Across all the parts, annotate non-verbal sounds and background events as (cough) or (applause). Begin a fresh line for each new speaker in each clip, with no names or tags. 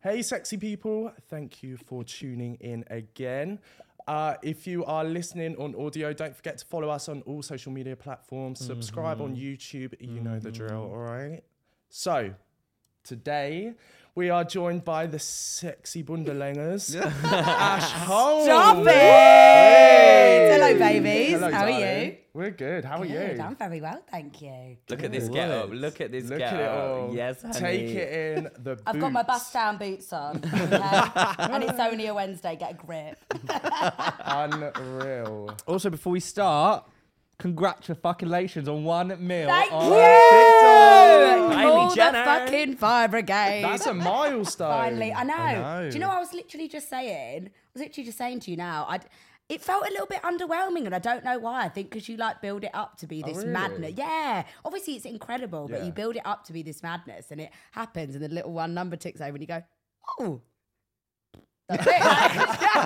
Hey, sexy people. Thank you for tuning in again. Uh, if you are listening on audio, don't forget to follow us on all social media
Mm-hmm.
platforms. Subscribe on YouTube. You know the drill, all right? So, today we are joined by the sexy Bundelangers, (laughs) Ash Holmes.
Stop it!
Hey!
Hello, babies.
Hello,
How are
darling.
you?
We're good. How are
Good,
you?
I'm very well, thank you.
Look at this
Good.
get up. Look at this
Look
get
at it
up.
all.
Yes, honey.
Take it in the
I've got my
boots.
(laughs) bust down boots on, okay? and it's only a Wednesday. Get a grip.
Unreal.
Also, before we start, congratulations on one mil.
Thank
on
you.
TikTok.
Kylie
Call the
Jenner.
fucking fire brigade.
That's a milestone.
Finally, I know.
know.
Do you know? I was literally just saying. I was literally just saying to you now. I. It felt a little bit underwhelming, and I don't know why. I think because you like build it up to be this
really?
madness. Yeah, obviously it's incredible, but
Yeah.
you build it up to be this madness, and it happens, and the little one number ticks over, and you go, oh. That's it.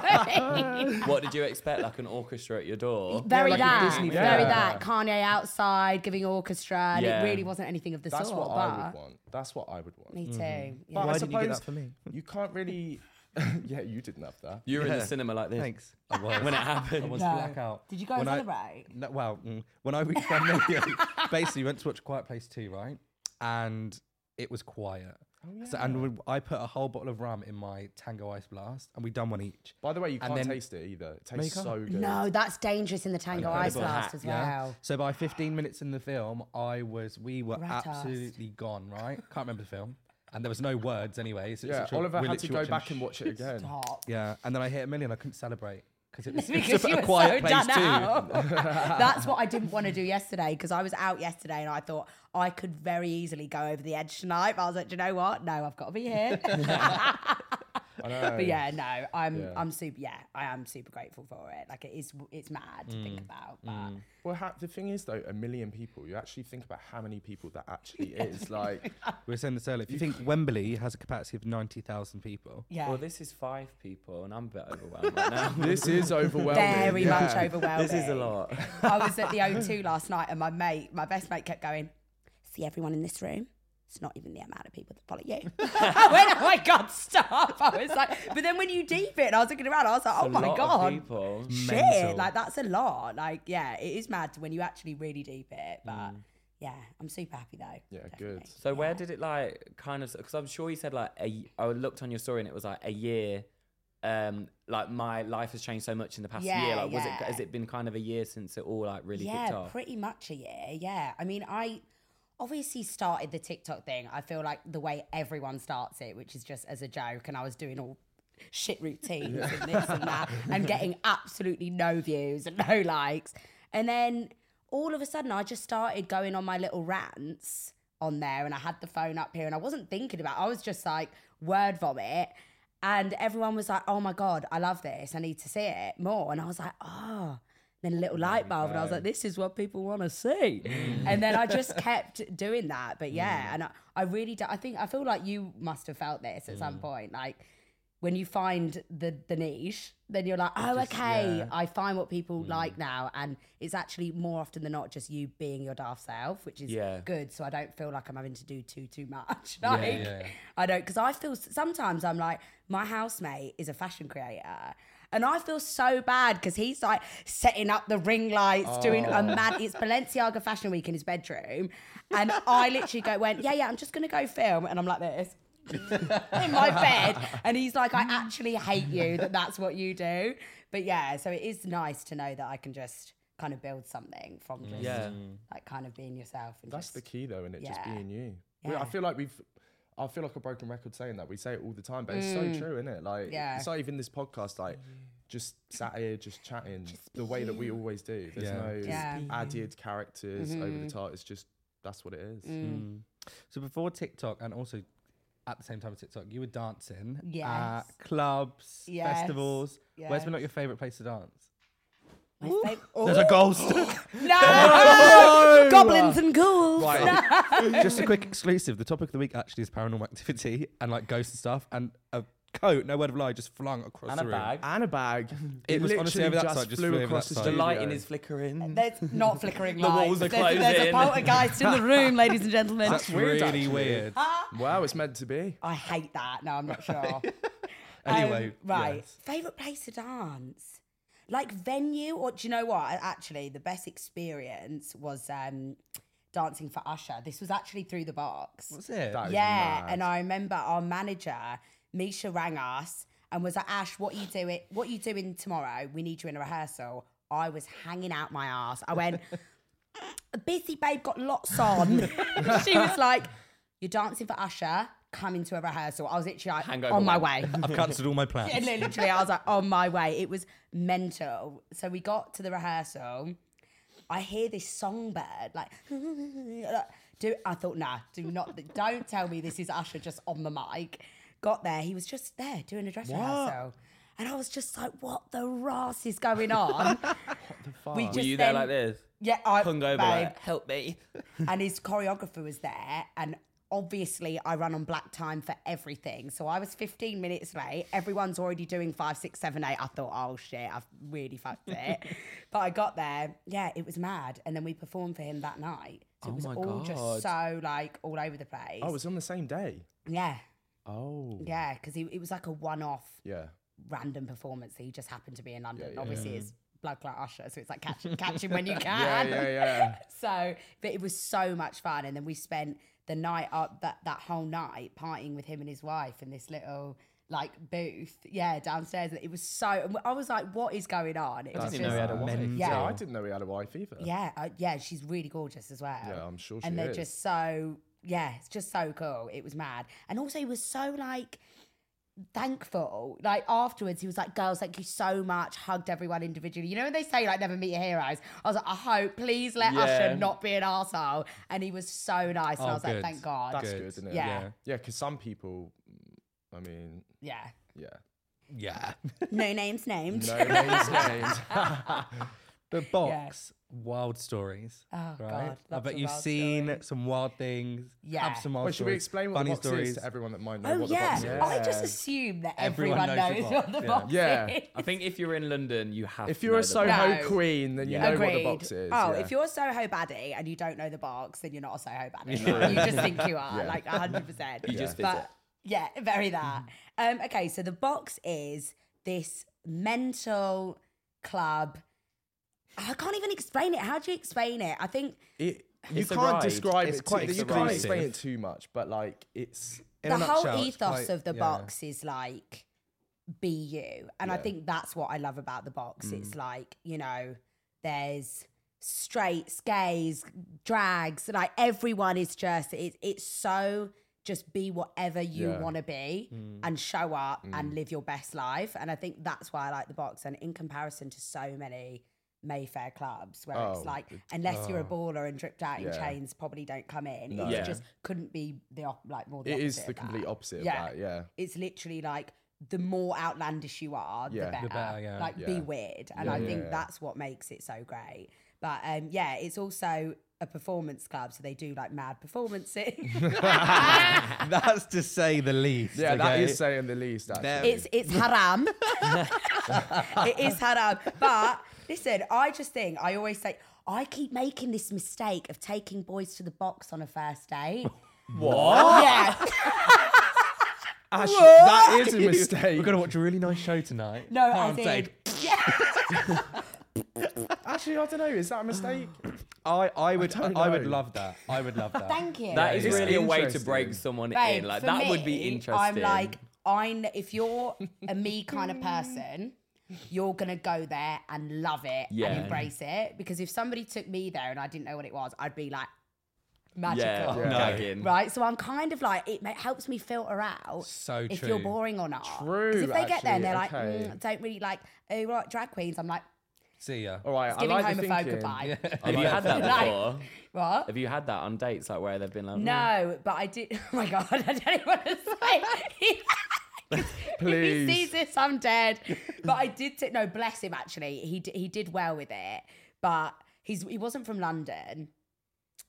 What did you expect? Like an orchestra at your door?
Very
like a
that,
Disney
very
film.
that. Kanye outside giving orchestra, and
Yeah.
it really wasn't anything of the
That's
sort.
what
but
I would want. That's what I would want.
me too. yeah.
But I
Why didn't you get
suppose
that for me?
You can't really. (laughs) yeah, you didn't have that.
You were in
Yeah.
the cinema like this.
Thanks. I was.
When it
I
happened.
was
No.
blackout.
Did you go and
When I-
celebrate?
No, well, mm, when I reached one million, (laughs) basically went to watch Quiet Place 2, right? And it was quiet. Oh, so, and we- I put a whole bottle of rum in my Tango Ice Blast, and we done one each.
By the way, you can't
And then-
taste it either. It tastes
you
so
can't.
good.
No, that's dangerous in the tango ice
Incredible
blast
hack,
as well.
Yeah. So by 15 minutes in the film, I was we were
Rat-assed.
absolutely gone. Right? Can't remember the film, and there was no words anyway. So it was
Yeah,
literally-
Oliver
we're
had to
literally
go
watching
back and watch
(laughs)
it again.
Stop.
Yeah, and then I hit a million. I couldn't celebrate because
(laughs)
it was, it was
Because
a
you were
quiet
so done
place too.
out. That's what I didn't want to do yesterday because I was out yesterday and I thought I could very easily go over the edge tonight. But I was like, do you know what? No, I've got to be here.
I know.
(laughs) but yeah, no, I'm
Yeah.
I'm super. Yeah, I am super grateful for it. Like it is, it's mad to think about. But
Well, ha- the thing is, though, a million people. You actually think about how many people that
(laughs)
actually is. Like,
We were saying this earlier. If you think Wembley has a capacity of ninety thousand people,
yeah,
Well, this is five people, and I'm a bit overwhelmed right
(laughs)
now.
this
(laughs)
is (laughs) overwhelming.
very
yeah.
much overwhelming.
This is a lot.
I was at the O2 last night and my mate, my best mate, kept going, See everyone in this room? It's not even the amount of people that follow you. (laughs) I went, Oh my God, stop. I was like, But then when you deep it, and I was looking around, I was like, Oh
a
my
lot Of
God.
people.
Shit.
Mental.
Like, that's a lot. Like, yeah, it is mad when you actually really deep it. But yeah, I'm super happy though.
Yeah, good.
definitely.
Mm. So where did it like kind of? Because I'm sure you said like a, I looked on your story and it was like a year. Um, like my life has changed so much in the past year.
Yeah,
Like, was it
yeah.
has it been kind of a year since it all like really
yeah,
kicked off?
pretty much a year. Yeah. I mean, I obviously started the TikTok thing. I feel like the way everyone starts it, which is just as a joke, and I was doing all shit routines and this and that, and getting absolutely no views and no likes. And then all of a sudden, I just started going on my little rants on there, and I had the phone up here, and I wasn't thinking about. It. I was just like word vomit. And everyone was like, oh my God, I love this. I need to see it more. And I was like, oh. Then a little light bulb, and I was like, this is what people want to see. and then I just kept doing that. But yeah, and I, I really do. I think, I feel like you must have felt this at some point. Like, when you find the the niche, then you're like, oh, okay, I find what people like now, and it's actually more often than not just you being your daft self, which is
Yeah.
good. So I don't feel like I'm having to do too too much. (laughs) Like,
yeah.
I don't because I feel sometimes I'm like my housemate is a fashion creator. And I feel so bad because he's like setting up the ring lights, doing
Oh.
a mad. It's Balenciaga Fashion Week in his bedroom, and I literally go went, yeah, yeah, I'm just gonna go film, and I'm like this (laughs) in my bed and he's like i actually hate you that that's what you do but yeah so it is nice to know that i can just kind of build something
Mm.
from just
Yeah.
like kind of being yourself and
That's
just,
the key, though, and it just
Yeah.
being you. We- I
Yeah.
feel like we've. I feel like a broken record saying that. We say it all the time, but it's so true, isn't it? Like,
Mm. Yeah.
it's not even this podcast. Like, just sat here, just chatting the way that we always do. There's
Yeah.
no
Yeah. Mm-hmm.
added characters over the top. It's just that's what it is.
Mm.
Mm. So before TikTok, and also at the same time as TikTok, you were dancing
Yes.
at clubs,
Yes.
festivals. Where's been like
Yes.
your favourite place to dance?
my fav- Oh,
There's a
(laughs)
ghost.
no! goblins and ghouls
Just a quick exclusive. The topic of the week actually is paranormal activity and like ghosts and stuff. And a coat, no word of lie, just flung across
and
the
a
room.
bag.
and a bag.
(laughs) It was
literally
honestly over that
just
side, just
flew,
flew over
across the
that side.
The
studio.
light
(laughs)
in is flickering.
There's not flickering
The
lights.
walls are
there's, there's a
closing.
poltergeist in the room, ladies and gentlemen.
That's
weird,
really
actually.
weird.
Wow, it's meant to be.
I hate that. No, I'm
(laughs)
not sure.
Anyway,
Um, right.
yes.
Favorite place to dance, like venue, or do you know what? Actually, the best experience was um, dancing for Usher. This was actually through the box.
What's it?
yeah, and I remember our manager Misha rang us and was like, "Ash, what you doing? What you doing tomorrow? We need you in a rehearsal." I was hanging out my ass. I went, (laughs) "Busy babe, got lots
(laughs)
on." she was like, "You're dancing for Usher. Come into a rehearsal." I was literally like,
Hangover
"On my
one.
way."
(laughs)
I've cancelled all
(laughs)
my plans.
and then literally, I was like, "On my way." It was mental. So we got to the rehearsal. I hear this songbird like, do I thought nah, do not, don't tell me this is Usher just on the mic. Got there, he was just there doing a dress rehearsal, and I was just like, what the ras is going on? We
Were
just
you
then-
there like this?
Yeah, I babe,
Hungover, like, help me.
and his choreographer was there and obviously i run on black time for everything so i was 15 minutes late everyone's already doing five six seven eight i thought oh shit i've really fucked
(laughs)
it but i got there yeah it was mad and then we performed for him that night so
Oh
it was
my
all just
God.
so like all over the place
Oh, it was on the same day.
yeah
Oh.
yeah because it was like a one-off
Yeah.
random performance that he just happened to be in london
yeah,
obviously it's blood clot usher so it's like catch, catch him when you
(laughs)
can (laughs)
Yeah, yeah, yeah.
so, but it was so much fun, and then we spent the night up that that whole night partying with him and his wife in this little like booth, yeah, downstairs. It was so. and I was like, "What is going on?" It
I
was
didn't even know he had a wife.
Yeah.
Yeah.
I didn't know he had a wife either.
yeah, uh, yeah. She's really gorgeous as well.
Yeah, I'm sure she
And they're
is.
just so yeah, it's just so cool. It was mad, and also he was so like thankful. Like afterwards, he was like, "Girls, thank you so much." Hugged everyone individually. You know when they say like never meet your heroes. I was like, "I hope, please let
Yeah.
Usher not be an asshole." And he was so nice, and
Oh,
I was
good.
like, "Thank God."
That's good, isn't it?
Yeah.
Yeah, because some people, mm, I mean,
yeah.
yeah.
Yeah.
No names named.
No names named.
The box, wild stories.
Oh,
right?
God,
I
lots
bet
of
you've
wild
seen
stories.
some wild things.
Yeah.
Have some wild
Wait, should we
stories,
explain what
funny
the box
stories.
is to everyone that might know
Oh
what
yeah.
the box is?
I just
Yeah.
assume that everyone,
Everyone knows
knows,
the
what the
box, yeah.
box
Yeah.
is.
I think if you're in London, you have.
If
to
you're
know
a
the
Soho
box.
No.
queen, then you
Yeah.
know
Agreed.
what the box is.
Oh,
yeah.
if you're a Soho baddie and you don't know the box, then you're not a Soho
(laughs)
baddie. you just think you are,
Yeah.
like
(laughs)
100%. You
just visit.
Yeah, very that. Um, okay, so the box is this mental club. I can't even explain it. How do you explain it? I think
It, you
It's a
can't
ride.
describe
It's
it.
quite
too, you can't
exclusive.
explain it too much, but like it's
In
the
a
whole
nutshell, it's
ethos
quite- (laughs)
of the
yeah.
box is like be you and i
Yeah.
think that's what i love about the box it's like you know there's straights gays drags like everyone is just it, it's so just be whatever you
Yeah.
want to be and show up and live your best life and i think that's why i like the box and in comparison to so many mayfair clubs where
Oh,
it's like unless you're a baller and dripped out in
Yeah.
chains probably don't come in
No.
it
Yeah.
just couldn't be the op- like more the
it is
opposite
the
of that.
complete opposite
Yeah.
of that. Yeah.
It's literally like the more outlandish you are,
Yeah.
the better.
The
better, yeah.
Like
Yeah.
be weird. And I
Yeah,
think
yeah.
that's what makes it so great. But um, yeah, it's also a performance club, so they do like
(laughs)
mad performances. (laughs)
That's to say the least.
Yeah, that
okay?
is saying the least. Actually,
There-
it's
(laughs)
it's haram. it is haram. But listen, I just think I always say I keep making this mistake of taking boys to the box on a first date.
(laughs) what?
yeah.
Ash, that (laughs) is a
We're
mistake.
gonna watch a really nice show tonight.
No, I
Can't say
think yeah.
Actually, I don't know. Is that a
(sighs)
mistake?
I, I would I,
don't
would
know.
love that. I
(laughs)
would love that.
Thank you.
That is
It's
really a way to break
interesting.
someone
Babe,
in. Like
for
that would be
me,
interesting.
I'm like, I kn- if you're a
(laughs)
me kind of person, you're gonna go there and love it
Yeah.
and embrace it. Because if somebody took me there and I didn't know what it was, I'd be like magical.
yeah,
No.
gagging.
(laughs) Right, so I'm kind of like it ma- helps me filter out
So
if
true.
you're boring or not. 'Cause
True,
If they get there and they're
actually,
like,
okay.
mm, don't really like, oh, right, drag queens. I'm like,
See ya. (laughs)
All right, I
giving
like the
homophobe
thinking. (laughs)
goodbye.
Have you had
(laughs)
that
Like-
before?
What?
Have you had that on dates like where they've been like,
No, but I did. (laughs) Oh my god, I don't even want to (laughs) say.
Please.
If he sees this, I'm dead. But I did. T- no, bless him. Actually, he d- he did well with it. But he's he wasn't from London,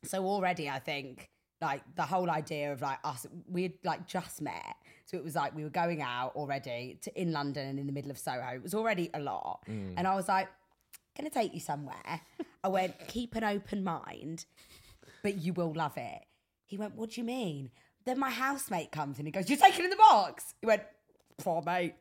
so already I think like the whole idea of like us we had like just met so it was like we were going out already to in london and in the middle of soho it was already a lot and i was like gonna take you somewhere i went keep an open mind but you will love it he went what do you mean then my housemate comes in and goes you're taking in the box he went poor mate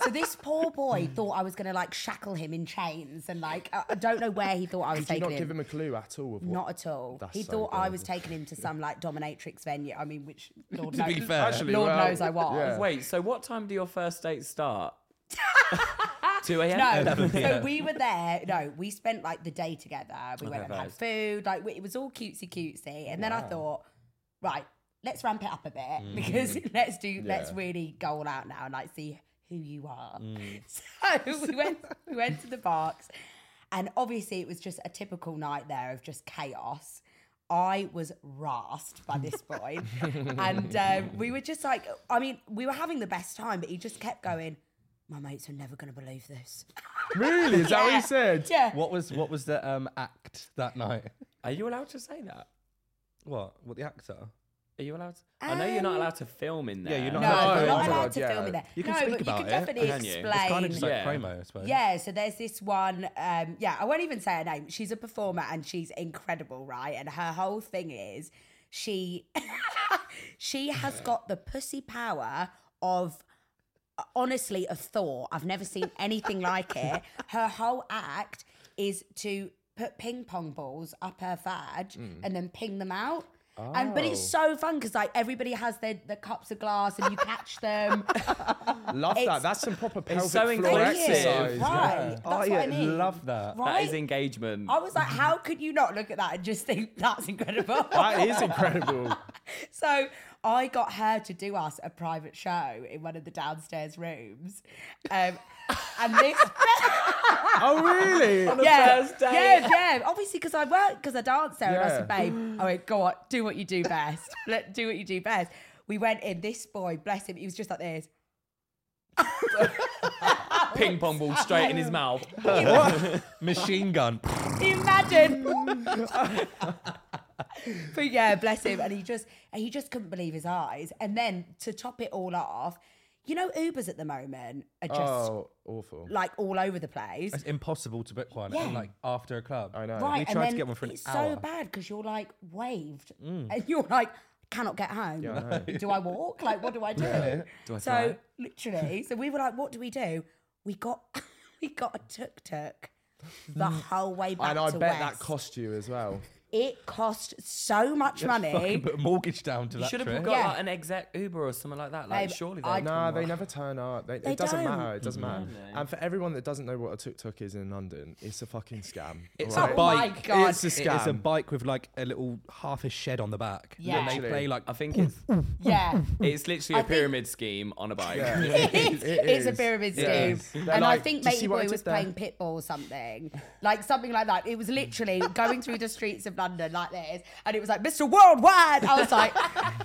so this
(laughs)
poor boy thought I was going to like shackle him in chains and like I I don't know where he thought I was
Did you
taking
not
him.
give him a clue at all? Of what?
Not at all.
That's
he
so
thought I
good.
was taking him to some like dominatrix venue. I
(laughs)
mean, which Lord
To
knows,
be fair.
Actually,
Lord
well,
knows I was.
yeah.
Wait, so what time do your first dates
(laughs)
start? 2 a.m. (laughs)
No, so we were there. No, we spent like the day together. We went and had
nice.
food. Like it was all cutesy cutesy. And then I thought, right, let's ramp it up a bit because (laughs) let's do, let's really go all out now and like see who you are. (laughs) So we went, we went to the parks, and obviously it was just a typical night there of just chaos. I was rasped by this point, and um, we were just like, I mean, we were having the best time, but he just kept going. My mates are never going to believe this.
Really? Is that what
(laughs) Yeah.
he said?
Yeah.
What was what was the um, act that night?
Are you allowed to say that?
What? What the actor?
Are you allowed? I know
Um,
you're not allowed to film in there.
Yeah, you're not
No,
allowed to
you're not
film it.
allowed to
Yeah.
film in there.
You can
no,
speak
but you
about it,
can definitely
can you? It's
explain.
It's kind of just like
Yeah.
promo, I suppose.
yeah, so there's this one. Um, yeah, I won't even say her name. She's a performer and she's incredible, right? And her whole thing is she (laughs) she has got the pussy power of honestly a Thor. I've never seen anything like it. Her whole act is to put ping pong balls up her vag and then ping them out. And but it's so fun because like everybody has their the cups of glass and you catch them.
Love
It's-
that. That's some proper pelvic
so
floor
inclusive.
Oh, exercise.
Right. That's
I
what I mean.
love that.
Right?
That is engagement.
I Oh, was like, how could you not look at that and just think that's incredible?
That is incredible.
(laughs) so I got her to do us a private show in one of the downstairs rooms. Um, and this,
oh, really?
yeah,
first date.
yeah, yeah. Obviously, because I work, because I dance there, and I said,
Yeah.
babe, I went, go on, do what you do best. Let do what you do best. We went in. This boy, bless him, he was just like this.
(laughs) Ping pong ball straight in
um,
his mouth.
Machine gun. (laughs)
Imagine. (laughs) but yeah, bless him. And he just and he just couldn't believe his eyes. And then to top it all off, you know, Ubers at the moment are just
Oh, awful.
like all over the place.
It's impossible to book one
Yeah.
like after a club.
I know.
Right.
We
and
tried to
then
get one for an
it's
hour.
so bad because you're like waved and you're like, cannot get home.
Yeah, I know.
do I walk? Like, what do I do?
Do I
so
try?
literally, so we were like, what do we do? We got (laughs) we got a tuk tuk the whole way back.
And I
to
bet that
West.
cost you as well.
It cost so much
Fucking
money.
put a mortgage down to
You
that
should have
trip.
got
Yeah.
like, an exec Uber or something like that. Like,
Babe,
surely
I-
they.
Nah, they never turn up. They,
They
it doesn't
don't.
matter. It doesn't matter. And for everyone that doesn't know what a tuk tuk is in London, it's a fucking
(laughs)
scam.
It's
alright?
a
Oh
bike.
my god.
It's a
It is a
scam.
bike with like a little half a shed on the back.
Yeah.
And they
Literally.
play like
I
(laughs)
think it's
yeah.
it's literally a
think-
pyramid scheme on a
(laughs)
bike. (laughs)
It is. it's a pyramid scheme.
is.
And
They're
I
like,
think
"Do you
Matey
see what I
Boy
did
was
there?"
playing Pitbull or something. Like something like that. It
(laughs)
was literally going through the streets of London like this. And it was like, Mr. Worldwide. I was
(laughs)
like,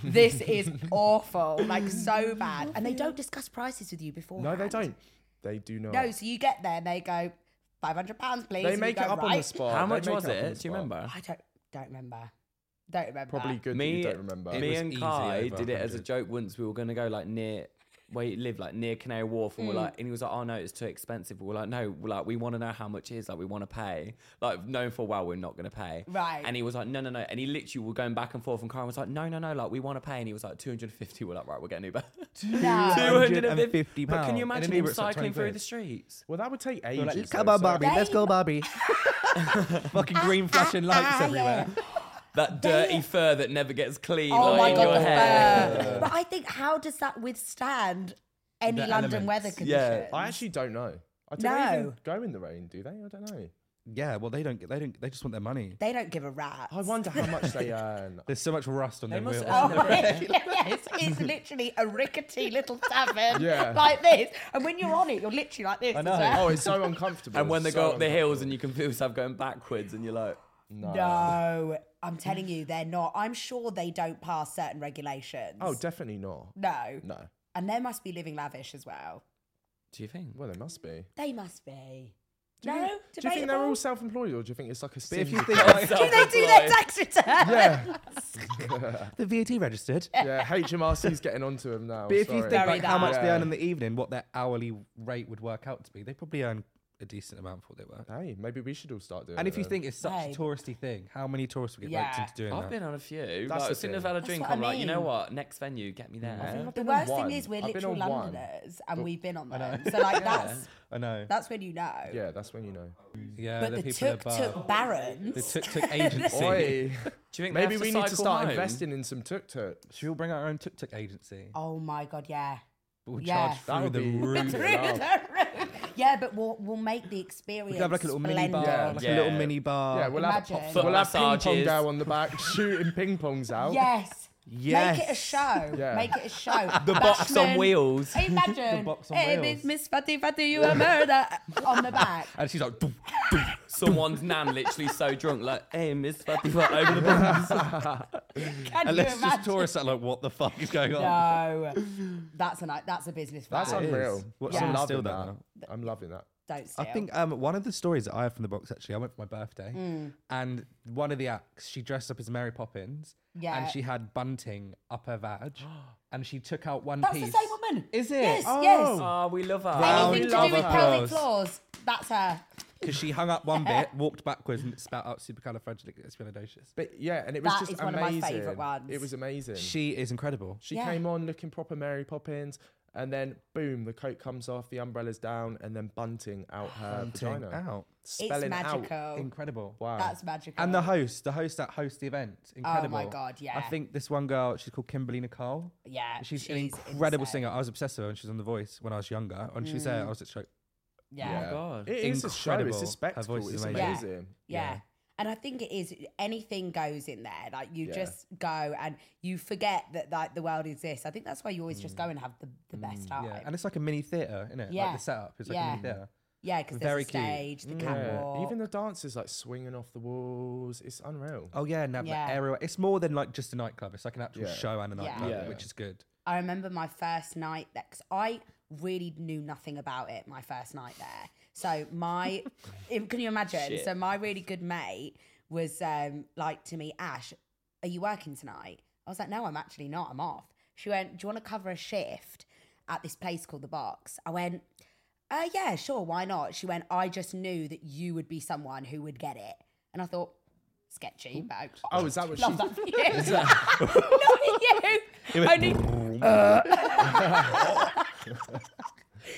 this is awful. Like so bad. And they don't discuss prices with you before.
No, they don't. They do not.
No, so you get there and they go, five hundred pounds, please.
they
and
make
you
it
go,
up on the
"Right."
spot.
How
They
much
make
was
up on the
it? Do you
spot.
remember?
I don't don't remember. Don't remember.
Probably good that you don't remember.
It
Me
was
and
easy
Kai
over
did it as a
100.
joke once. We were going to go like near where you live, like near Canary Wharf,
Mm.
and we're like, and he was like, "Oh no, it's too expensive." We were like, "No, we're like we want to know how much it is. Like we want to pay. Like knowing for a while we're not going to pay."
Right.
And he was like, "No, no, no." And he literally were going back and forth, and Kai was like, "No, no, no. Like we want to pay." And he was like, 250 We're like, "Right, we're getting Uber."
(laughs)
No.
But can you
In an
imagine him
Uber, it's like
cycling
20
through
quid.
the streets?
Well, that would take
They're
ages.
like,
though,
come on,
so-
Barbie, let's
They-
go, Barbie. (laughs) Fucking green flashing lights
ah,
everywhere.
That dirty fur that never gets clean.
Oh
like,
my
in
god,
your
the
hair.
fur. But I think how does that withstand any
The
London
elements.
weather
Yeah.
conditions?
I actually don't know. I don't know.
No.
even go in the rain, do they? I don't know.
Yeah, well, they don't. get- They don't. They just want their money.
They don't give a rat.
I wonder how much they
(laughs)
earn.
There's so much rust on their
must
wheels.
earn
Oh, yeah, (laughs) yeah, it's,
(laughs)
it's literally a rickety little tavern
Yeah.
like this. And when you're on it, you're literally like this.
I
as
know.
well.
Oh, it's so uncomfortable.
And when they
so
go up the hills
uncomfortable.
and you can feel yourself going backwards and you're like,
Oh.
No, I'm telling you, they're not. I'm sure they don't pass certain regulations.
Oh, definitely not.
no.
No.
And they must be living lavish as well.
(laughs)
do you think?
Well, they must be.
They must be.
Do
no,
you think they're
debatable.
all self-employed, or do you think it's like a?
But if you
syndicate?
think like,
Do they do their tax return?
yeah,
the VAT registered,
(laughs) yeah, HMRC's getting onto them now.
but if you
sorry.
think
Bury
like how
that.
much they
Yeah.
earn in the evening, what their hourly rate would work out to be, they probably earn a decent amount for what they work.
hey, maybe we should all start doing.
And
it
if you
then.
think it's such
Babe.
a touristy thing, how many tourists would get roped
Yeah.
into doing
I've
that?
been on a few.
That's
like,
the
as soon
thing.
as I've had a
That's
drink,
what I
I'm like, you know
mean.
what? Next venue, get me there.
I've
The
been on
worst thing
one.
is we're
I've been
literal
on one.
Londoners and we've been on them. So like that's
I know.
that's when you know.
Yeah, that's when you
(laughs)
know.
yeah,
But
the,
the
people
tuk
above.
tuk barons.
The tuk
(laughs)
tuk agency.
Oi,
Do you think they
maybe
have
we need to
cycle
start
home?
investing in some tuk-tuk.
Should we all bring our own tuk tuk agency?
Oh my god, yeah.
But We'll
yeah.
charge
That
through
would
the
be-
roof.
Through the
(laughs) yeah, but we'll we'll make the experience.
We'd have like a little mini
splendid.
bar,
Yeah.
like
Yeah.
a little mini bar.
yeah, we'll have,
Oh, Imagine.
we'll have ping pong
Massages.
girl on the back (laughs) shooting ping pongs out.
Yes. Make it a
Yes.
show.
Yeah.
Make it a show.
The box on
Bashment.
wheels.
(laughs) Imagine.
The box on
hey,
wheels.
Miss, Miss Fatty Fatty, you a murder (laughs) on the back.
And she's like, (laughs) "Doof."
Someone's nan literally so drunk, like, hey, Miss Fatty Fat over the box.
Can
and
you
let's
imagine?
just tourists are like, what the fuck is going on?
No, that's a night. That's a business.
That's
right.
It is.
unreal. I'm
What, someone
loving
steal that
that.
now?
I'm loving that.
Don't steal.
I think um, one of the stories that I have from the box actually, I went for my birthday,
Mm.
and one of the acts, she dressed up as Mary Poppins,
Yeah.
and she had bunting up
(gasps)
her vag, and she took out one
that's
piece.
the same woman.
Is it?
Yes.
Oh.
Yes.
(laughs) Ah, we love her.
Round
Anything to do with
of
pelvic
applause.
floors. That's her.
Because she hung up
(laughs)
one bit, walked backwards, and spat out supercalifragilisticexpialidocious.
But yeah, and it was
That
just
is one of my
amazing.
favourite ones.
It was amazing.
She is incredible.
She
Yeah.
came on looking proper Mary Poppins, and then boom, the coat comes off, the umbrella's down, and then bunting out her
Bunting
vagina.
out. Oh
Spelling
magical.
out.
Incredible.
Wow.
That's magical.
And the host, the host that hosts the event, incredible.
Oh God,
I
yeah.
think this one girl, she's called Kimberly Nicole.
Yeah,
(laughs) she's, an
she's
incredible
insane. Mm.
singer. I was obsessed with her when she was on The Voice when I was younger. When she was there, I was just like,
yeah.
Yeah. God.
It is a show. It's
Incredible.
a
Her
spectacle.
voice is
It's
amazing.
Yeah.
amazing.
Yeah.
Yeah.
And I think it is anything goes in there. Like you
Yeah.
just go and you forget that like the world exists. I think that's why you always just go and have the, the best time.
Mm. yeah. And it's like a mini theatre, isn't it?
Yeah.
Like the setup is like a
Yeah.
mini theatre.
Yeah, because there's
Very
a
cute. Mm.
stage, the
Yeah.
catwalk.
Even the dancers like swinging off the walls. It's unreal.
Oh, yeah. And have
Yeah.
the aerial. It's more than like just a nightclub. It's like an actual
Yeah.
show and a nightclub,
Yeah.
which is good.
I remember my first night there because I really knew nothing about it my first night there. So
(laughs)
my, if- can you imagine?
Shit.
So my really good mate was um, like to me, Ash, are you working tonight? I was like, no, I'm actually not. I'm off. She went, do you want to cover a shift at this place called the Box? I went, uh, yeah, sure, why not? She went, I just knew that you would be someone who would get it, and I thought. Sketchy, but
Oh, (laughs) is that what
love
she-
that for (laughs) you.
(laughs)
Not you. Only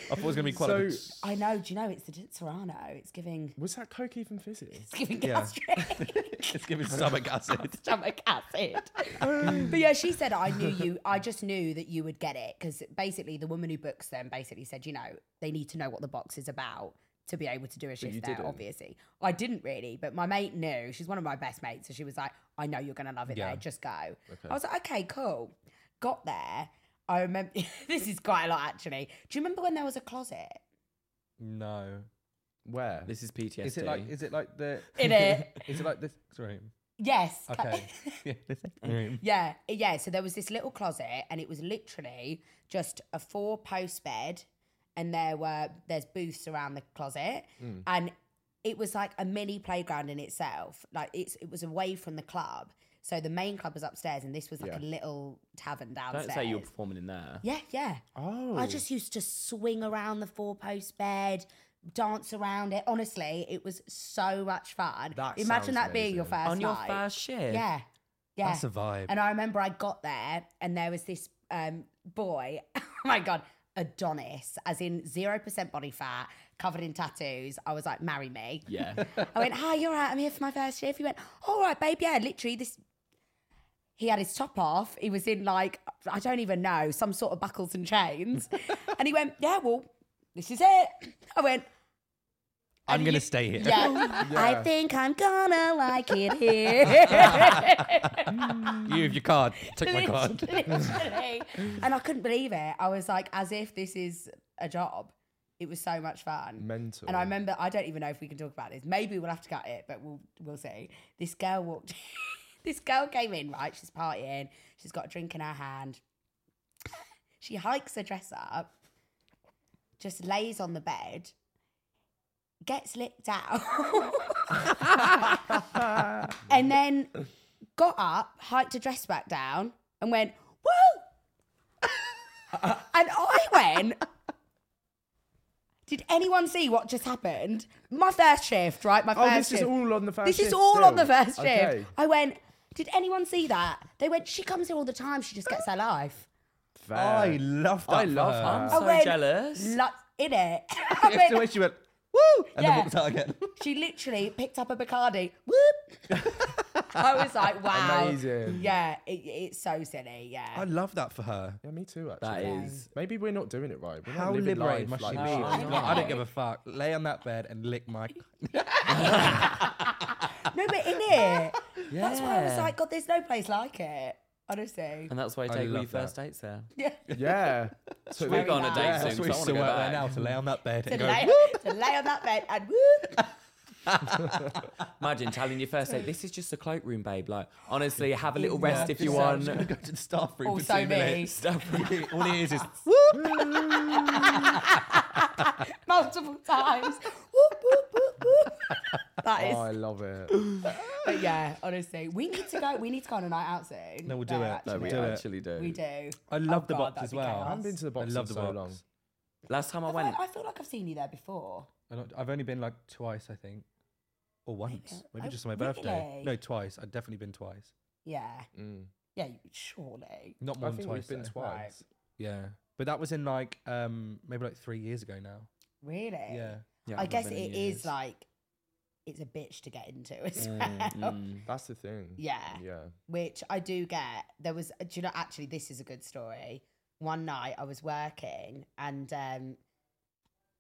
I thought it was going to be quite a bit.
I know. Do you know it's the t- Serrano? It's giving.
Was that Coke even fizzy?
It's giving
Yeah.
gastric
It's giving stomach acid.
(laughs) stomach acid. but yeah, she said I knew you. I just knew that you would get it because basically the woman who books them basically said you know they need to know what the box is about to be able to do a shift
you
there.
didn't.
Obviously, I didn't really, but my mate knew. She's one of my best mates, so she was like, I know you're gonna love it
Yeah.
there. Just go. I was like, okay, cool. Got there. I remember (laughs) this is quite a lot actually. Do you remember when there was a closet
No.
Where?
This is PTSD.
Is it like? Is it like the?
in it?
Is it like this?
(laughs)
Sorry.
Yes.
Okay. (laughs) yeah. This room.
Yeah, yeah. So there was this little closet, and it was literally just a four-post bed, and there were there's booths around the closet, and it was like a mini playground in itself. Like it's it was away from the club, so the main club was upstairs, and this was like
Yeah.
a little tavern downstairs.
Don't say you were performing in there.
Yeah, yeah.
Oh.
I just used to swing around the four post bed, dance around it. Honestly, it was so much fun.
That
Imagine
sounds
that being your
amazing.
first
On your
night.
first shift.
yeah, yeah.
That's a vibe.
And I remember I got there and there was this um, boy, (laughs) oh my God, Adonis, as in 0% body fat, covered in tattoos. I was like, marry me.
Yeah.
I went, hi, you're right. I'm here for my first shift. He went, all right, babe. Yeah, literally this. He had his top off. He was in like, I don't even know, some sort of buckles and chains. and he went, yeah, well, this is it. I went,
I'm
and
gonna
you-
stay here.
(laughs)
yeah.
Yeah.
I think I'm gonna like it here.
You have your card.
(laughs)
Take (laughs) my card.
Literally. and I couldn't believe it. I was like, as if this is a job. It was so much fun.
Mental.
And I remember, I don't even know if we can talk about this. Maybe we'll have to cut it, but we'll we'll see. This girl walked. (laughs) this girl came in. Right, she's partying. She's got a drink in her hand. She hikes her dress up, just lays on the bed, gets licked out, (laughs) and then got up, hiked her dress back down, and went woo. and I went. Did anyone see what just happened? My first shift, right? My
Oh, this
first
is
shift.
all on the first
This is
shift
all on the
still.
first shift.
Okay.
I went, did anyone see that? They went, she comes here all the time. She just gets her life.
Fair.
I love that.
I
for
love
her.
her. I'm
I
so
went,
jealous.
Lo- in it. (laughs)
It's
I
the way
went,
she went, woo, and
Yeah.
then walked out
(laughs)
again.
she literally picked up a Bacardi. Whoop. (laughs) I was like, wow.
(laughs) Amazing.
Yeah, it, it's so silly.
I
Yeah.
love that for her.
Yeah, me too. Actually,
That is.
maybe we're not doing it right. We're not
How
living
liberated
life
must
like
she be?
we
She's
should.
I
like, I
know.
don't give a fuck. Lay on that bed and lick my.
No, but in it,
(laughs)
that's why I was
Yeah.
like, God, there's no place like it. Honestly. (laughs)
And that's why I take all
love
your
that.
first dates there.
Yeah.
(laughs)
Yeah. So
We go on a
nice.
date
Yeah,
soon.
That's what
so
we
I
used
wanna
to
go
work
back.
there now to lay on that bed
To
and
lay,
go.
to lay on that bed and whoop.
Imagine telling your first date, this is just a cloakroom, babe. Like, honestly, have a little rest if you
"Yeah, I'm
want.
just gonna go to the staff room
Also
for two
me.
minutes. All
(laughs)
(laughs)
it is is
multiple times. whoop, whoop, whoop, whoop. That is,
Oh, I love
(laughs)
it.
but yeah, honestly, we need to go. We need to go on a night out soon.
No, we'll do
There,
it.
No,
Actually.
we
Do it.
actually do.
We do.
I love
Oh
the
God,
box
that'd
as
be
well.
I haven't been to the box
I love
in
the
so
box.
long.
Last time I
I, (laughs)
went,
I feel like I've seen you there before.
I don't- I've only been like twice, I think, or once, maybe
Oh,
just on my birthday.
really?
No, twice. I've definitely been twice.
Yeah.
Mm.
Yeah, you- surely.
Not more
I
than
think
twice.
we've been
though.
twice.
Right.
Yeah, but that was in like um maybe like three years ago now.
Really?
Yeah,
Yeah,
I
I've not
guess
been
it
in
is
years.
like, it's a bitch to get into as (laughs) well.
Mm.
That's the thing.
Yeah.
Yeah.
which I do get. There was, do you know, actually, this is a good story. One night I was working and um,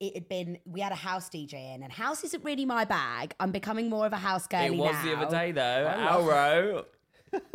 it had been, we had a house DJ in, and house isn't really my bag. I'm becoming more of a house girly
It was
now.
the other day though.
love
Alro.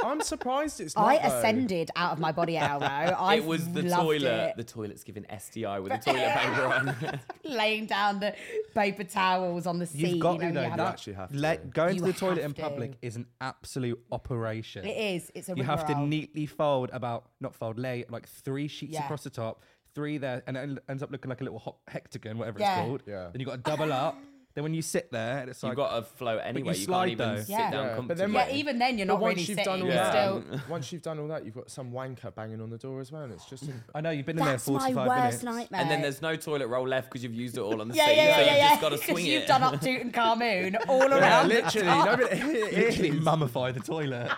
I'm surprised it's not.
(laughs) I
though.
ascended out of my body
(laughs)
arrow. I
It was the
loved
toilet.
it.
The toilet's giving SDI with a toilet
(laughs)
paper on.
laying down the paper towels on the seat.
you've got
you
to
know,
though.
you have
that-
You actually have
Let,
to.
Going to
You
the toilet
have
in public
to.
is an absolute operation.
to- It is. It's a
You have to
rigmarole.
neatly fold about not fold lay like three sheets
Yeah.
across the top, three there, and it ends up looking like a little ho- hectagon, whatever
Yeah.
it's called.
Yeah.
Then you got to double up. then when you sit there, it's
You've
like
got to float anyway. You, can't
slide,
even
though.
sit
Yeah.
down
Yeah, but then
comfortably.
Yeah, even then you're
But
not really
once you've
sitting.
done all
you're
Yeah.
still.
that, (laughs) once you've done all that, you've got some wanker banging on the door as well, and it's just.
(laughs) I know you've been in there
That's my
forty-five
worst
minutes.
nightmare.
and then there's no toilet roll left because you've used it all on the
Yeah,
seat.
yeah, yeah,
so
yeah,
you've
yeah.
just
(laughs)
got to swing
Because
it.
you've done Uptoot and Carmoon
(laughs)
all
yeah,
around. the (laughs)
literally.
top.
No, but it
(laughs) Literally
is.
mummify the toilet.